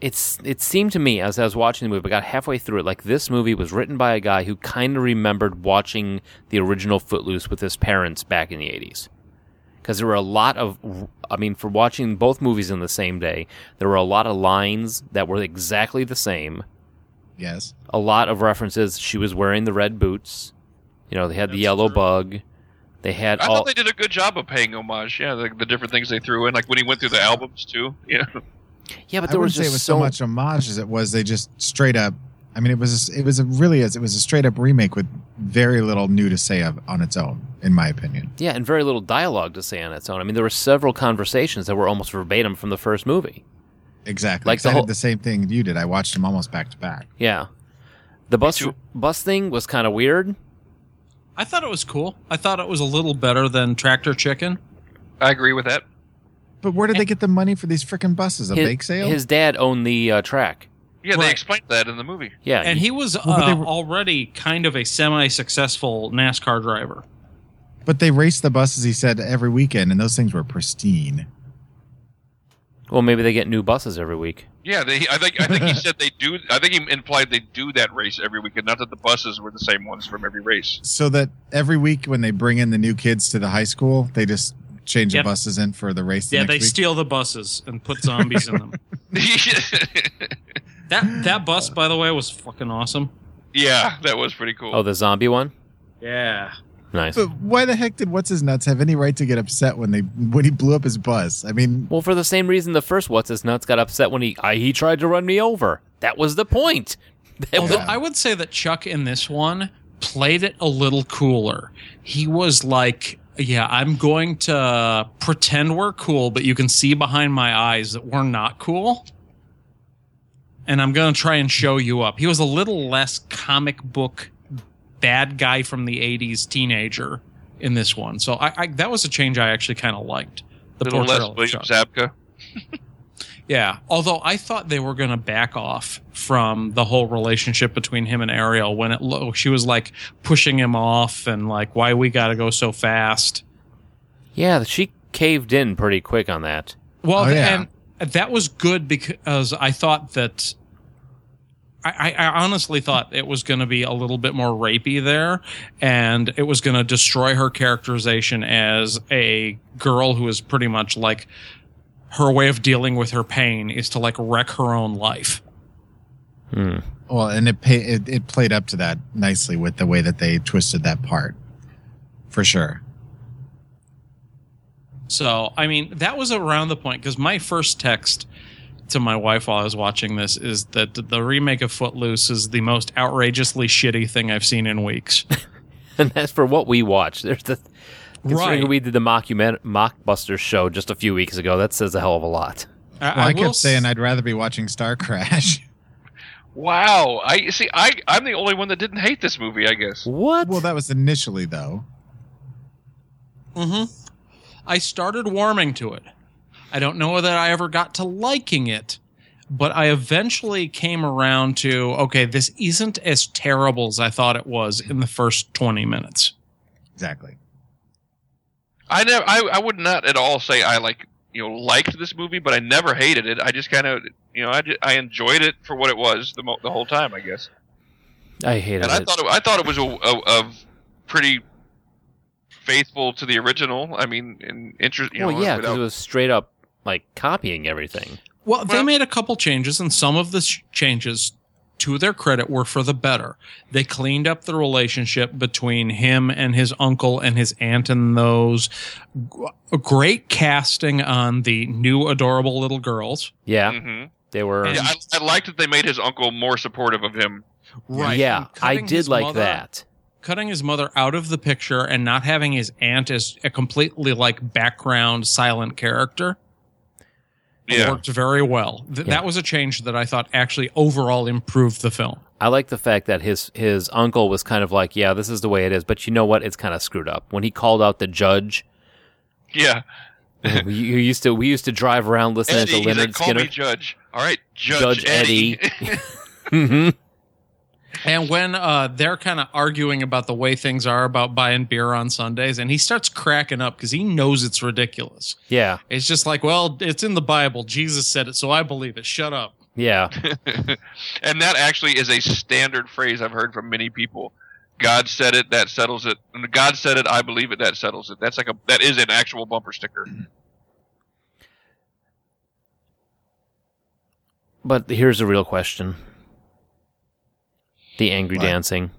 it's it seemed to me as I was watching the movie, I got halfway through it, like this movie was written by a guy who kind of remembered watching the original Footloose with his parents back in the '80s. Because there were a lot of, I mean, for watching both movies in the same day, there were a lot of lines that were exactly the same
Yes.
a lot of references. She was wearing the red boots. You know, they had the yellow bug. They had
I
all.
thought they did a good job of paying homage. Yeah, the, the different things they threw in, like when he went through the albums too. Yeah,
yeah, but
I
there
wouldn't
was
say
just
it was so much homage as it was they just straight up. I mean, it was it was a really is it was a straight up remake with very little new to say of, on its own, in my opinion.
Yeah, and very little dialogue to say on its own. I mean, there were several conversations that were almost verbatim from the first movie.
Exactly.
Like
'Cause
the
I
whole-
did the same thing you did. I watched them almost back to back.
Yeah, the bus
too.
bus thing was kind of weird.
I thought it was cool. I thought it was a little better than Tractor Chicken.
I agree with that.
But where did they get the money for these freaking buses? A bake sale?
His dad owned the uh, track.
Yeah, they
Right.
explained that in the movie.
Yeah,
And he was
Well, but they
uh,
were-
already kind of a semi-successful NASCAR driver.
But they raced the buses, he said, every weekend, and those things were pristine.
well, maybe they get new buses every week.
Yeah, they. I think. I think he said they do. I think he implied they do that race every weekend. Not that the buses were the same ones from every race.
So that every week when they bring in the new kids to the high school, they just change
Yep.
the buses in for the race. The
Yeah,
next
they
week.
steal the buses and put zombies in them. That that bus, by the way, was fucking awesome.
yeah, that was pretty cool.
Oh, the zombie one.
Yeah.
Nice.
But why the heck did what's his nuts have any right to get upset when they when he blew up his bus? I mean,
Well, for the same reason the first what's his nuts got upset when he I, he tried to run me over. That was the point. That
Although
was-
I would say that Chuck in this one played it a little cooler. He was like, "Yeah, I'm going to pretend we're cool, but you can see behind my eyes that we're not cool." And I'm going to try and show you up. He was a little less comic book bad guy from the 80s teenager in this one. So I, I that was a change I actually kind of liked.
A
The
little less
portrayal of
William
Chuck.
Zabka.
Yeah. Although I thought they were going to back off from the whole relationship between him and Ariel when it lo- she was like pushing him off and like why we got to go so fast.
yeah, she caved in pretty quick on that.
Well,
Oh, yeah.
and that was good because I thought that I, I I honestly thought it was going to be a little bit more rapey there, and it was going to destroy her characterization as a girl who is pretty much like her way of dealing with her pain is to like wreck her own life.
Hmm.
well, and it pay, it, it played up to that nicely with the way that they twisted that part, for sure.
So, I mean, that was around the point because my first text to my wife while I was watching this is that the remake of Footloose is the most outrageously shitty thing I've seen in weeks.
And that's for what we watched. There's the considering
Right.
we did the mockument mockbuster show just a few weeks ago. That says a hell of a lot.
Well, I,
will
kept saying
s-
I'd rather be watching Star Crash.
Wow. I see. I I'm the only one that didn't hate this movie. I guess.
What?
well, that was initially though.
Mhm. I started warming to it. I don't know that I ever got to liking it, but I eventually came around to okay, this isn't as terrible as I thought it was in the first 20 minutes.
Exactly.
I never. I, I would not at all say I like you know liked this movie, but I never hated it. I just kind of you know I, ju- I enjoyed it for what it was the mo- the whole time. I guess.
I hated
And I
it.
thought it, I thought it was a, a, a pretty faithful to the original. I mean, and interest. You
well,
know,
yeah, 'cause
without-
it was straight up like copying everything.
Well, they
Well-
made a couple changes, and some of the sh- changes, to their credit, were for the better. They cleaned up the relationship between him and his uncle and his aunt, and those G- great casting on the new adorable little girls.
Yeah,
Mhm.
they were.
Yeah, I, I liked that they made his uncle more supportive of him.
Yeah,
and
I
cutting
did
his
like
mother-
that.
Cutting his mother out of the picture and not having his aunt as a completely like background silent character
Yeah.
worked very well. Th-
Yeah.
That was a change that I thought actually overall improved the film.
I like the fact that his his uncle was kind of like, yeah, this is the way it is, but you know what? It's kind of screwed up. When he called out the judge,
Yeah.
who used to we used to drive around listening
Eddie,
to
he's
Leonard
like, call
Skinner.
me Judge. All right, Judge,
Judge
Eddie.
hmm
And when uh, they're kind of arguing about the way things are about buying beer on Sundays, and he starts cracking up because he knows it's ridiculous.
Yeah,
It's just like, well, it's in the Bible. Jesus said it, so I believe it. Shut up.
yeah,
and that actually is a standard phrase I've heard from many people. God said it, that settles it. And God said it, I believe it, that settles it. That's like a that is an actual bumper sticker.
But here's a real question: the angry
What?
dancing.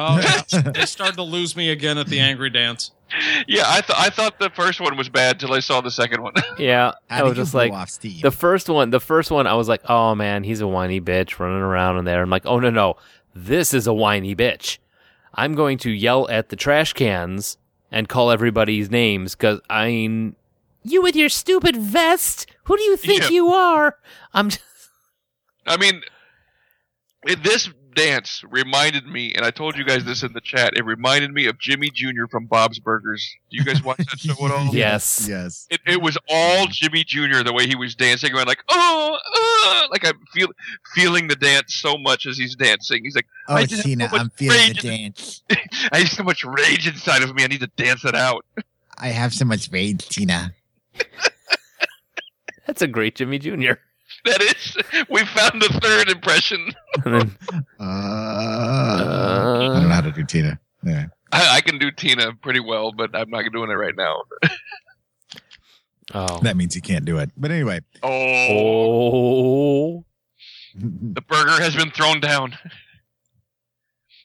Oh, yeah. they started to lose me again at the angry dance.
Yeah, I thought I thought the first one was bad till I saw the second one.
Yeah, I
How
was
do you
just
blow
like
off steam?
the first one. The first one, I was like, oh man, he's a whiny bitch running around in there. I'm like, oh no, no, this is a whiny bitch. I'm going to yell at the trash cans and call everybody's names because I'm you with your stupid vest. Who do you think
Yeah.
you are? I'm just,
I mean, it- this dance reminded me, and I told you guys this in the chat. It reminded me of Jimmy Jr. from Bob's Burgers. Do you guys watch that show at all?
Yes.
Yes.
It, it was all Jimmy Jr. the way he was dancing around, like oh, uh," like I'm feel, feeling the dance so much as he's dancing. He's like,
Oh,
I just have
Tina,
so much
I'm feeling
rage
the
in-
dance.
I have so much rage inside of me. I need to dance it out.
I have so much rage, Tina.
That's a great Jimmy Jr.
That is, we found the third impression.
And then,
Uh,
Uh.
I don't know how to do Tina. Yeah.
I, I can do Tina pretty well, but I'm not doing it right now.
oh.
That means you can't do it. But anyway,
Oh,
oh.
the burger has been thrown down.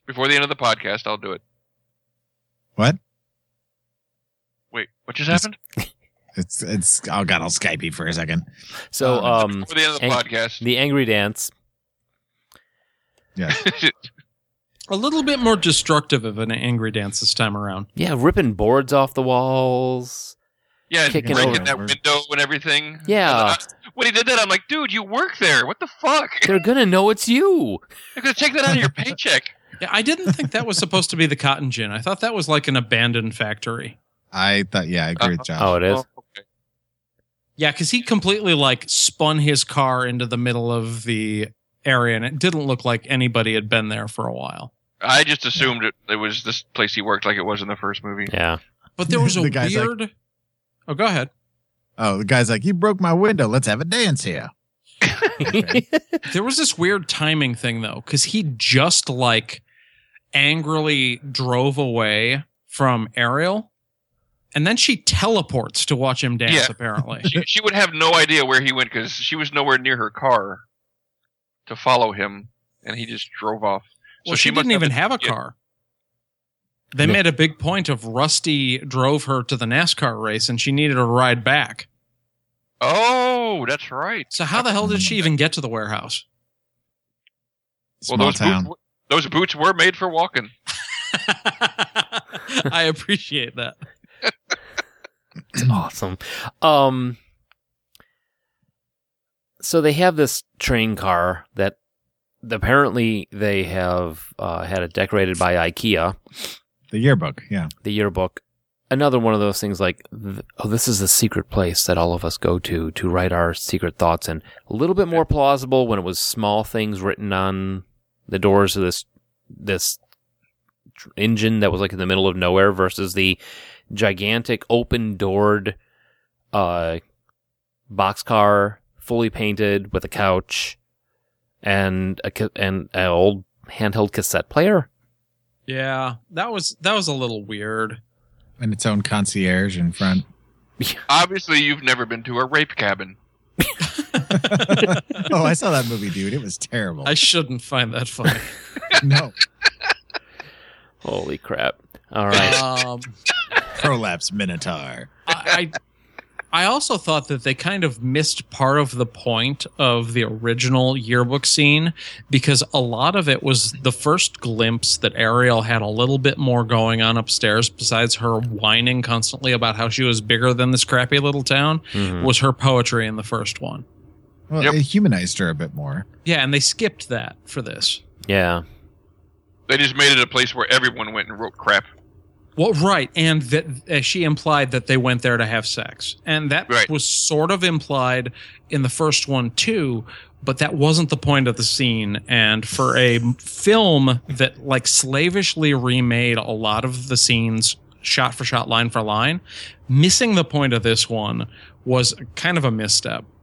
Before the end of the podcast, I'll do it.
what?
Wait, what just happened?
It's it's. Oh God, I'll Skype you for a second.
So um,
Before the end of the
ang-
podcast.
the angry dance.
A little bit more destructive of an angry dance this time around.
Yeah, ripping boards off the walls.
yeah,
Kicking
breaking
over.
that window and everything. uh,
Yeah,
When he did that, I'm like, dude, you work there. What the fuck?
they're gonna know it's you.
They're gonna take that out of your paycheck.
Yeah, I didn't think that was supposed to be the cotton gin. I thought that was like an abandoned factory.
I thought, yeah, I agree with Josh.
Oh, it is.
Oh, okay.
Yeah, because he completely like spun his car into the middle of the area, and it didn't look like anybody had been there for a while.
I just assumed it, it was this place he worked, like it was in the first movie.
Yeah.
But there was a
The guy's like-
weird. oh, go ahead.
Oh, the guy's like, you broke my window. Let's have a dance here.
There was this weird timing thing though, because he just like angrily drove away from Ariel, and then she teleports to watch him dance.
Yeah.
Apparently,
She, she would have no idea where he went because she was nowhere near her car to follow him, and he just drove off. So
well, she,
must
didn't even have a
yeah.
car. They made a big point of Rusty drove her to the NASCAR race, and she needed a ride back.
Oh, that's right.
So how the hell did she even get to the warehouse?
Small
well, those
town.
Boots, were- those boots were made for walking.
I appreciate that.
It's awesome. Um so they have this train car that apparently they have uh, had it decorated by IKEA,
The yearbook. Yeah.
the yearbook. Another one of those things like th- oh this is the secret place that all of us go to to write our secret thoughts in. A little bit more plausible when it was small things written on the doors of this this tr- engine that was like in the middle of nowhere versus the gigantic open doored uh boxcar fully painted with a couch and a ca- and an old handheld cassette player
Yeah, that was that was a little weird.
And its own concierge in front.
Obviously, you've never been to a rape cabin.
oh, I saw that movie, dude. It was terrible.
I shouldn't find that funny.
no.
holy crap all right
Um,
Prolapse Minotaur.
I, I I also thought that they kind of missed part of the point of the original yearbook scene because a lot of it was the first glimpse that Ariel had a little bit more going on upstairs besides her whining constantly about how she was bigger than this crappy little town
Mhm.
was her poetry in the first one.
Well,
Yep.
it humanized her a bit more.
Yeah, and they skipped that for this.
yeah
They just made it a place where everyone went and wrote crap.
Well, right, and that uh, she implied that they went there to have sex, and that
Right.
was sort of implied in the first one too. But that wasn't the point of the scene. And for a m- film that like slavishly remade a lot of the scenes shot for shot, line for line, missing the point of this one was kind of a misstep.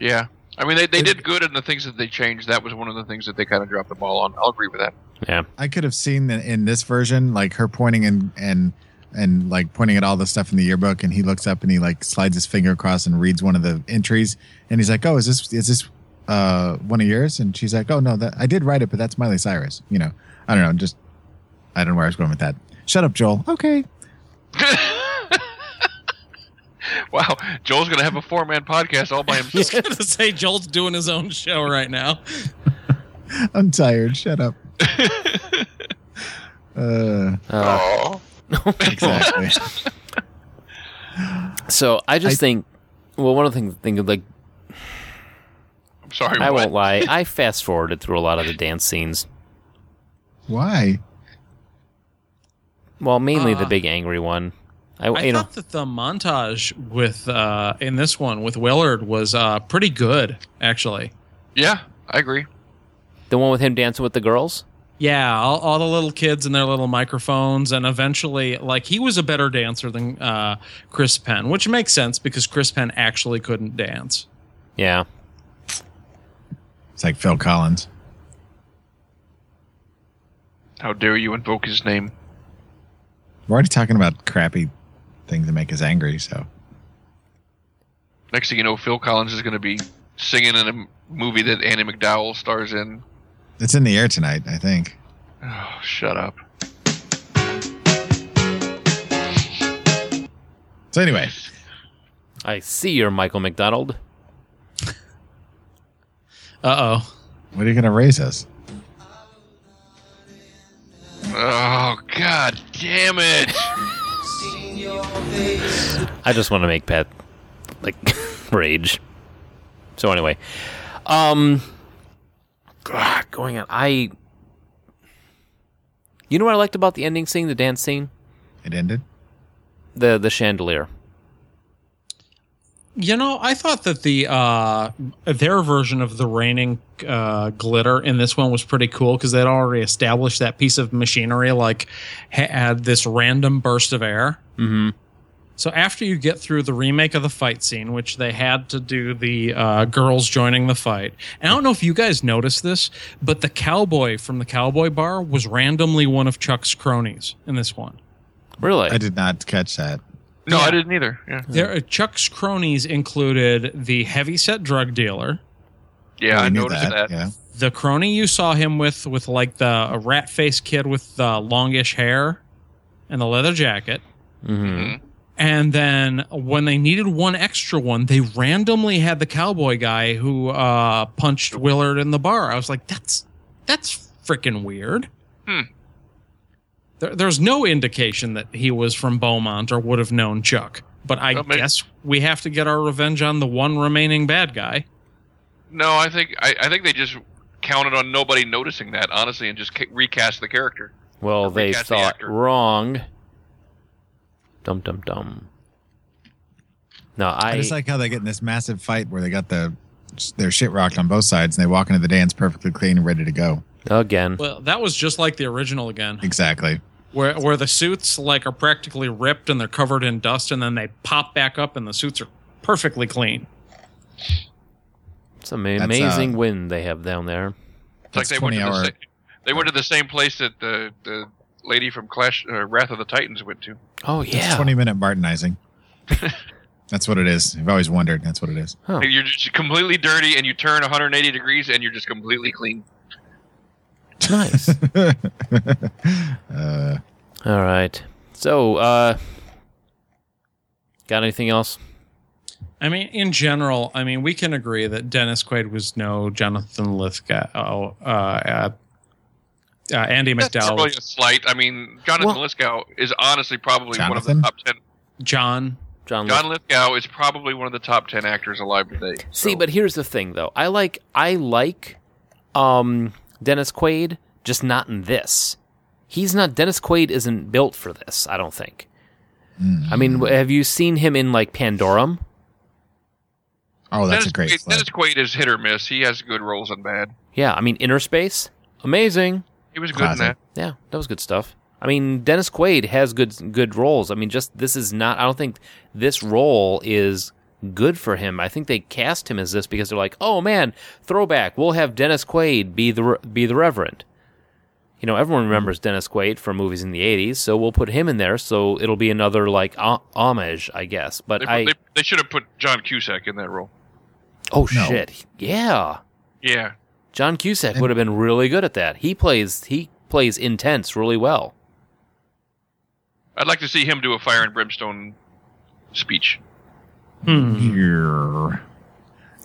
Yeah. I mean, they, they did good in the things that they changed. That was one of the things that they kind of dropped the ball on. I'll agree with that.
I could have seen in, in this version, like her pointing and and and like pointing at all the stuff in the yearbook, and he looks up and he like slides his finger across and reads one of the entries, and he's like, "Oh, is this is this uh one of yours?" And she's like, "Oh no, that I did write it, but that's Miley Cyrus." You know, I don't know, just I don't know where I was going with that. Shut up, Joel. Okay,
wow, Joel's gonna have a four man podcast all by himself.
gonna say Joel's doing his own show right now.
I'm tired. Shut up. uh,
Uh,
Oh.
exactly.
So I just
I-
think, well, one of the things, think of like,
I'm sorry.
I
what?
won't lie, I fast forwarded through a lot of the dance scenes.
Why?
Well, mainly the
Uh,
big angry one. I,
I
you know,
thought that the montage with uh, in this one with Willard was uh, pretty good, actually.
Yeah, I agree.
the one with him dancing with the girls.
Yeah, all, all the little kids and their little microphones, and eventually, like he was a better dancer than uh, Chris Penn, which makes sense because Chris Penn actually couldn't dance.
Yeah.
It's like Phil Collins.
How dare you invoke his name?
We're already talking about crappy things that make us angry. So
Next thing you know, Phil Collins is going to be singing in a m- movie that Annie McDowell stars in.
it's in the air tonight, I think.
Oh, shut up.
So anyway,
I see you're Michael McDonald.
Uh oh.
what are you going to raise us?
Oh, god damn it.
I just want to make Pat like rage. So anyway, um, ah, going on. I, you know what I liked about the ending scene, the dance scene,
It ended.
the the chandelier.
You know, I thought that the uh, their version of the raining uh, glitter in this one was pretty cool because they'd already established that piece of machinery like ha- had this random burst of air.
Mm-hmm.
So after you get through the remake of the fight scene, which they had to do the uh, girls joining the fight, and I don't know if you guys noticed this, but the cowboy from the cowboy bar was randomly one of Chuck's cronies in this one.
Really?
I did not catch that.
No,
Yeah.
I didn't either. Yeah.
There, uh, Chuck's cronies included the heavyset drug dealer,
Yeah, I
knew
noticed that.
Yeah.
the crony you saw him with, with like the a rat faced kid with the longish hair and the leather jacket.
mm-hmm.
And then when they needed one extra one, they randomly had the cowboy guy who uh, punched Willard in the bar. I was like, that's that's freaking weird.
Hmm.
There, there's no indication that he was from Beaumont or would have known Chuck. But I
Well, may-
guess we have to get our revenge on the one remaining bad guy.
No, I think I, I think they just counted on nobody noticing that, honestly, and just ca- recast the character.
Well, they
Recast the
thought
actor.
wrong. Dum dum dum. No, I,
I, just like how they get in this massive fight where they got the their shit rocked on both sides, and they walk into the dance perfectly clean and ready to go.
again.
Well, that was just like the original again,
Exactly.
where where the suits like are practically ripped and they're covered in dust, and then they pop back up and the suits are perfectly clean.
It's an
uh,
amazing wind they have down there.
It's like
That's
they went, to
20
the
hour-
sa- they went to the same place that the, the lady from Clash uh, Wrath of the Titans went to.
Oh
It's
yeah.
twenty minute Martinizing. that's what it is. I've always wondered. That's what it is.
Huh.
You're just completely dirty, and you turn 180 degrees, and you're just completely clean.
Nice.
Uh,
All right. So, uh, got anything else?
I mean, in general, I mean, we can agree that Dennis Quaid was no Jonathan Lithgow, uh, uh, uh, Andy
That's
McDowell,
really a slight. I mean, Jonathan
Well-
Lithgow is honestly probably one of the
Jonathan?
top ten.
John.
John.
John Lithgow is probably one of the top ten actors alive today.
See,
so-
but here's the thing, though. I like I like um, Dennis Quaid, just not in this. He's not Dennis Quaid. Isn't built for this. I don't think.
Mm.
I mean, w- have you seen him in like Pandorum?
oh, that's
Dennis
a great.
Quaid,
slide.
Dennis Quaid is hit or miss. He has good roles and bad.
Yeah, I mean Inner Space, amazing.
He was good in
Classic.
that.
Yeah, that was good stuff. I mean, Dennis Quaid has good good roles. I mean, just this is not. I don't think this role is good for him. I think they cast him as this because they're like, oh man, throwback. We'll have Dennis Quaid be the re- be the Reverend. You know,
Hmm.
everyone remembers Dennis Quaid from movies in the '80s, so we'll put him in there. So it'll be another like ho- homage, I guess. But
They, put-
I
they, they should have put John Cusack in that role.
oh
No.
shit, yeah,
Yeah,
John Cusack would have been really good at that. He plays he plays intense really well.
I'd like to see him do a fire and brimstone speech.
Hmm.
Here.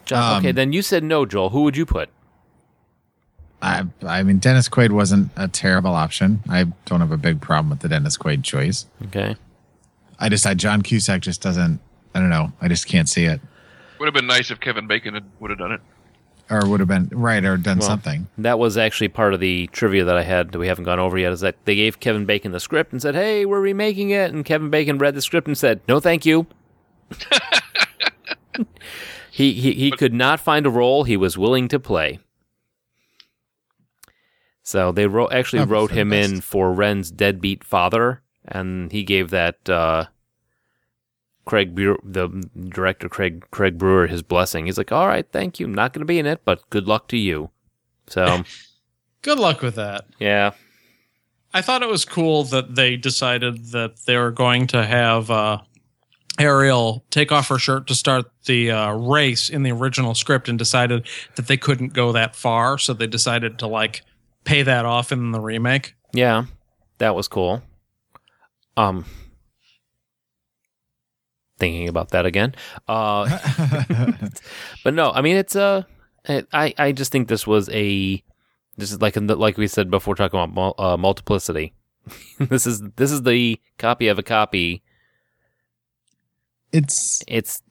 John, okay,
Um,
then you said no, Joel. Who would you put?
I, I mean, Dennis Quaid wasn't a terrible option. I don't have a big problem with the Dennis Quaid choice.
Okay.
I just, I, John Cusack just doesn't, I don't know. I just can't see it.
Would have been nice if Kevin Bacon had, would have done it.
or would have been right or done
Well,
something.
That was actually part of the trivia that I had that we haven't gone over yet. Is that they gave Kevin Bacon the script and said, "Hey, we're remaking it," and Kevin Bacon read the script and said, "No, thank you." he he, he could not find a role he was willing to play. So they wrote actually
Oh,
wrote
that's the
him in
best.
for Ren's deadbeat father, and he gave that uh, Craig Brewer, the director Craig Craig Brewer his blessing. He's like, "All right, thank you. Not going to be in it, but good luck to you." So
Good luck with that.
yeah,
I thought it was cool that they decided that they were going to have uh, Ariel take off her shirt to start the uh, race in the original script and decided that they couldn't go that far. So they decided to like pay that off in the remake.
yeah, that was cool. Um, thinking about that again. Uh, But no, I mean it's a. I I just think this was a. This is like in the, like we said before talking about mul- uh, multiplicity. this is this is the copy of a copy.
it's
It's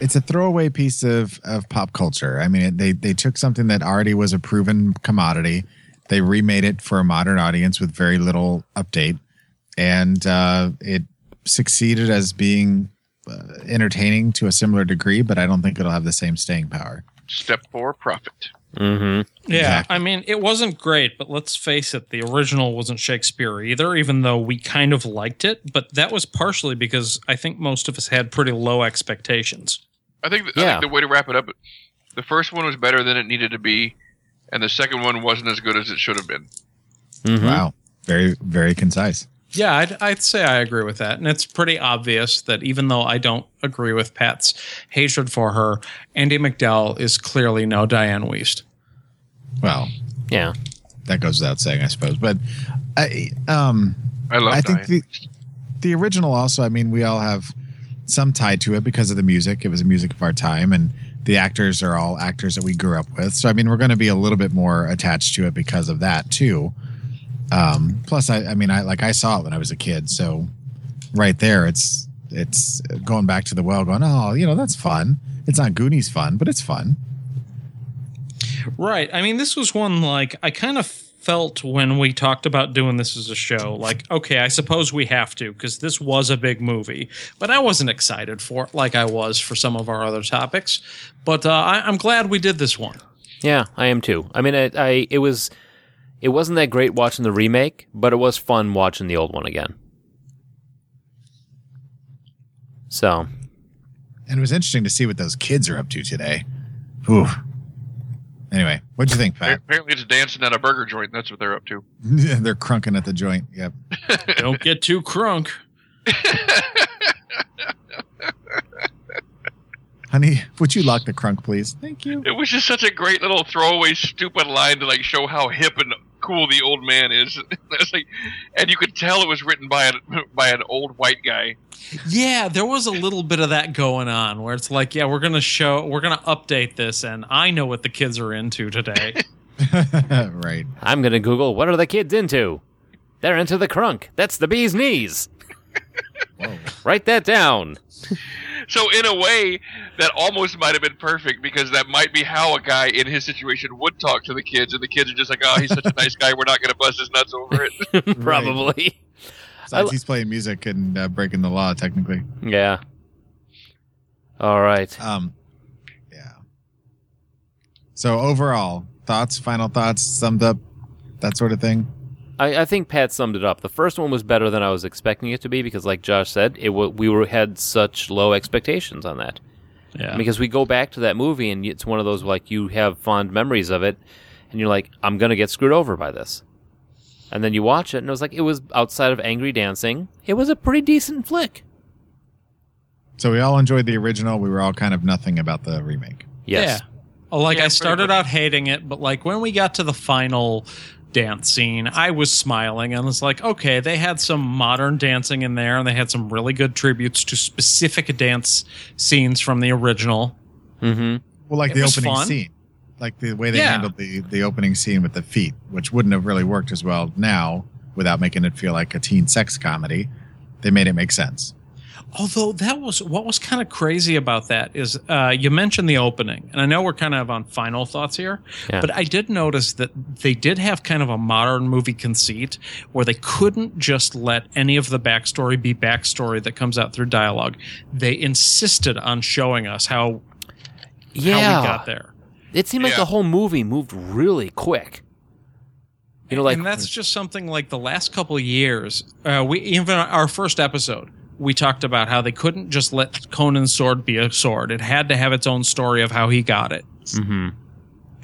it's a throwaway piece of of pop culture. I mean, it, they they took something that already was a proven commodity, they remade it for a modern audience with very little update, and uh, it succeeded as being uh, entertaining to a similar degree. But I don't think it'll have the same staying power.
Step four, profit.
mm-hmm.
Yeah,
Exactly.
I mean, it wasn't great, but let's face it, the original wasn't Shakespeare either, even though we kind of liked it. But that was partially because I think most of us had pretty low expectations.
I think, I
Yeah.
think the way to wrap it up, the first one was better than it needed to be, and the second one wasn't as good as it should have been.
hmm
Wow, very very concise.
Yeah, I'd, I'd say I agree with that. And it's pretty obvious that even though I don't agree with Pat's hatred for her, Andy McDowell is clearly no Diane Weist.
Well,
Yeah.
that goes without saying, I suppose. But I um.
I love
I
Diane.
think the the original also. I mean, we all have some tie to it because of the music. It was the music of our time, and the actors are all actors that we grew up with. So I mean, we're going to be a little bit more attached to it because of that too. Um, plus, I, I mean, I like I saw it when I was a kid, so right there, it's it's going back to the well, going, oh, you know, that's fun. It's not Goonies fun, but it's fun.
Right. I mean, this was one like I kind of felt when we talked about doing this as a show, like, okay, I suppose we have to because this was a big movie, but I wasn't excited for it like I was for some of our other topics. But uh, I, I'm glad we did this one.
Yeah, I am too. I mean, I, I it was it wasn't that great watching the remake, but it was fun watching the old one again. So
And it was interesting to see what those kids are up to today. Whew. Anyway, what'd you think, Pat?
Apparently, it's dancing at a burger joint. That's what they're up to.
They're crunking at the joint. Yep.
Don't get too crunk.
Honey, would you lock the crunk, please? Thank you.
It was just such a great little throwaway, stupid line to like show how hip and cool the old man is. it's like, and you could tell it was written by an by an old white guy.
Yeah, there was a little bit of that going on where it's like, yeah, we're going to show, we're going to update this, and I know what the kids are into today.
right.
I'm gonna Google what are the kids into. They're into the crunk. That's the bee's knees.
Whoa.
Write that down.
So in a way, that almost might have been perfect because that might be how a guy in his situation would talk to the kids, and the kids are just like, "Oh, he's such a nice guy. We're not going to bust his nuts over it."
Probably.
Besides, he's playing music and uh, breaking the law, technically.
Yeah. All right.
Um, yeah. So overall, thoughts, final thoughts, summed up, that sort of thing.
I, I think Pat summed it up. The first one was better than I was expecting it to be because, like Josh said, it wa we were had such low expectations on that.
yeah.
Because we go back to that movie and it's one of those like you have fond memories of it, and you're like, I'm gonna get screwed over by this, and then you watch it and it was like it was outside of Angry Dancing, it was a pretty decent flick.
So we all enjoyed the original. We were all kind of nothing about the remake.
Yes.
Yeah. Oh, Like
Yeah,
I
pretty
started
much.
out hating it, but like when we got to the final dance scene, I was smiling and it's like, okay, they had some modern dancing in there and they had some really good tributes to specific dance scenes from the original.
hmm
Well, like
It
the
was
opening
fun.
scene, like the way they
Yeah.
handled the the opening scene with the feet, which wouldn't have really worked as well now without making it feel like a teen sex comedy. They made it make sense.
Although that was what was kind of crazy about that is uh, you mentioned the opening, and I know we're kind of on final thoughts here,
Yeah.
but I did notice that they did have kind of a modern movie conceit where they couldn't just let any of the backstory be backstory that comes out through dialogue. They insisted on showing us how
Yeah,
how we got there.
it seemed like
Yeah.
the whole movie moved really quick. You know, like
and that's just something like the last couple of years. Uh, we even our first episode, we talked about how they couldn't just let Conan's sword be a sword. It had to have its own story of how he got it.
Mhm.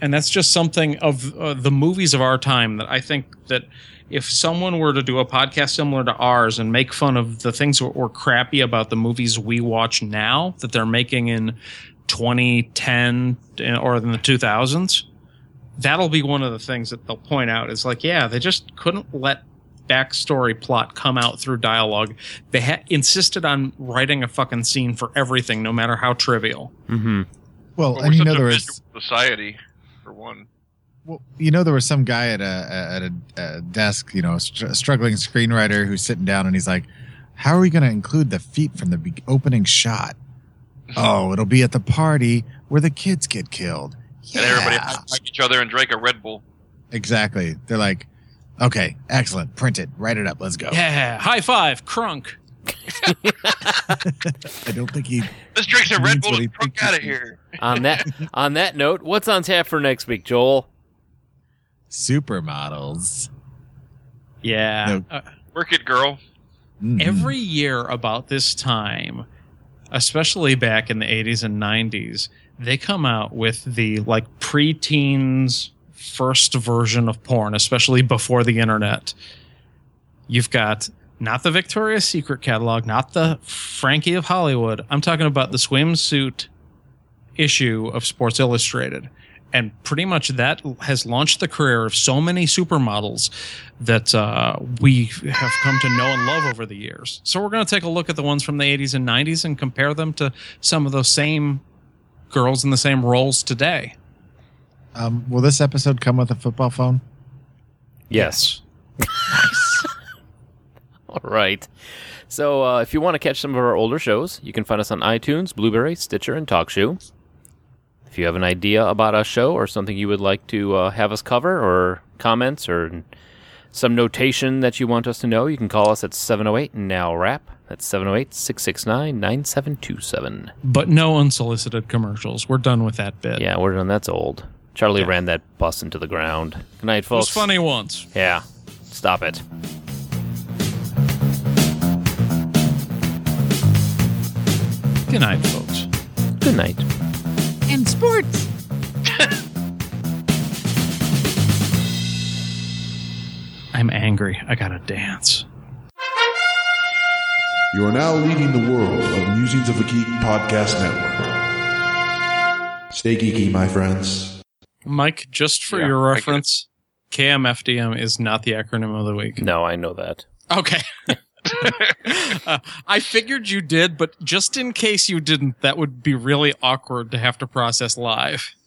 And that's just something of uh, the movies of our time that I think that if someone were to do a podcast similar to ours and make fun of the things that were crappy about the movies we watch now that they're making in 2010 or in the 2000s, that'll be one of the things that they'll point out is like, yeah, they just couldn't let backstory plot come out through dialogue. They ha- insisted on writing a fucking scene for everything, no matter how trivial.
Mhm.
Well,
Well,
and
we're
you
such
know
a
there
visual
was
society, for one.
well, you know there was some guy at a at a, a desk, you know, a str- struggling screenwriter who's sitting down and he's like, "How are we going to include the feet from the be- opening shot? Oh, it'll be at the party where the kids get killed." Yeah.
And everybody hugs each other and drank a Red Bull.
exactly. They're like, "Okay, excellent. Print it. Write it up. Let's go."
Yeah, high five, crunk.
I don't think he
This drink's a
Means
Red Bull
what he
and drunk
thinks
out of
it
here.
on that on that note, what's on tap for next week, Joel?
supermodels.
Yeah. Uh,
Work it, girl.
Mm.
every year about this time, especially back in the 80s and 90s, they come out with the like preteens first version of porn, especially before the internet. You've got not the Victoria's Secret catalog, not the Frankie of Hollywood. I'm talking about the swimsuit issue of Sports Illustrated. And pretty much that has launched the career of so many supermodels that uh, we have come to know and love over the years. So we're going to take a look at the ones from the 80s and 90s and compare them to some of those same girls in the same roles today.
um, will this episode come with a football phone?
Yes. All right. So uh, if you want to catch some of our older shows, you can find us on iTunes, Blueberry, Stitcher, and TalkShoe. If you have an idea about a show or something you would like to uh, have us cover, or comments, or some notation that you want us to know, you can call us at 708 Now Rap. That's 708 669 9727.
But no unsolicited commercials. We're done with that bit.
Yeah, we're done. That's old. Charlie ran that bus into the ground. Good night,
It
folks.
was funny once.
Yeah. Stop it.
Good night, folks.
Good night.
And sports.
I'm angry. I got to dance.
You are now leading the world of Musings of a Geek Podcast Network. Stay geeky, my friends.
Mike, just for
Yeah,
your
I get it.
reference, KMFDM is not the acronym of the week.
No, I know that.
Okay. Uh, I figured you did, but just in case you didn't, that would be really awkward to have to process live.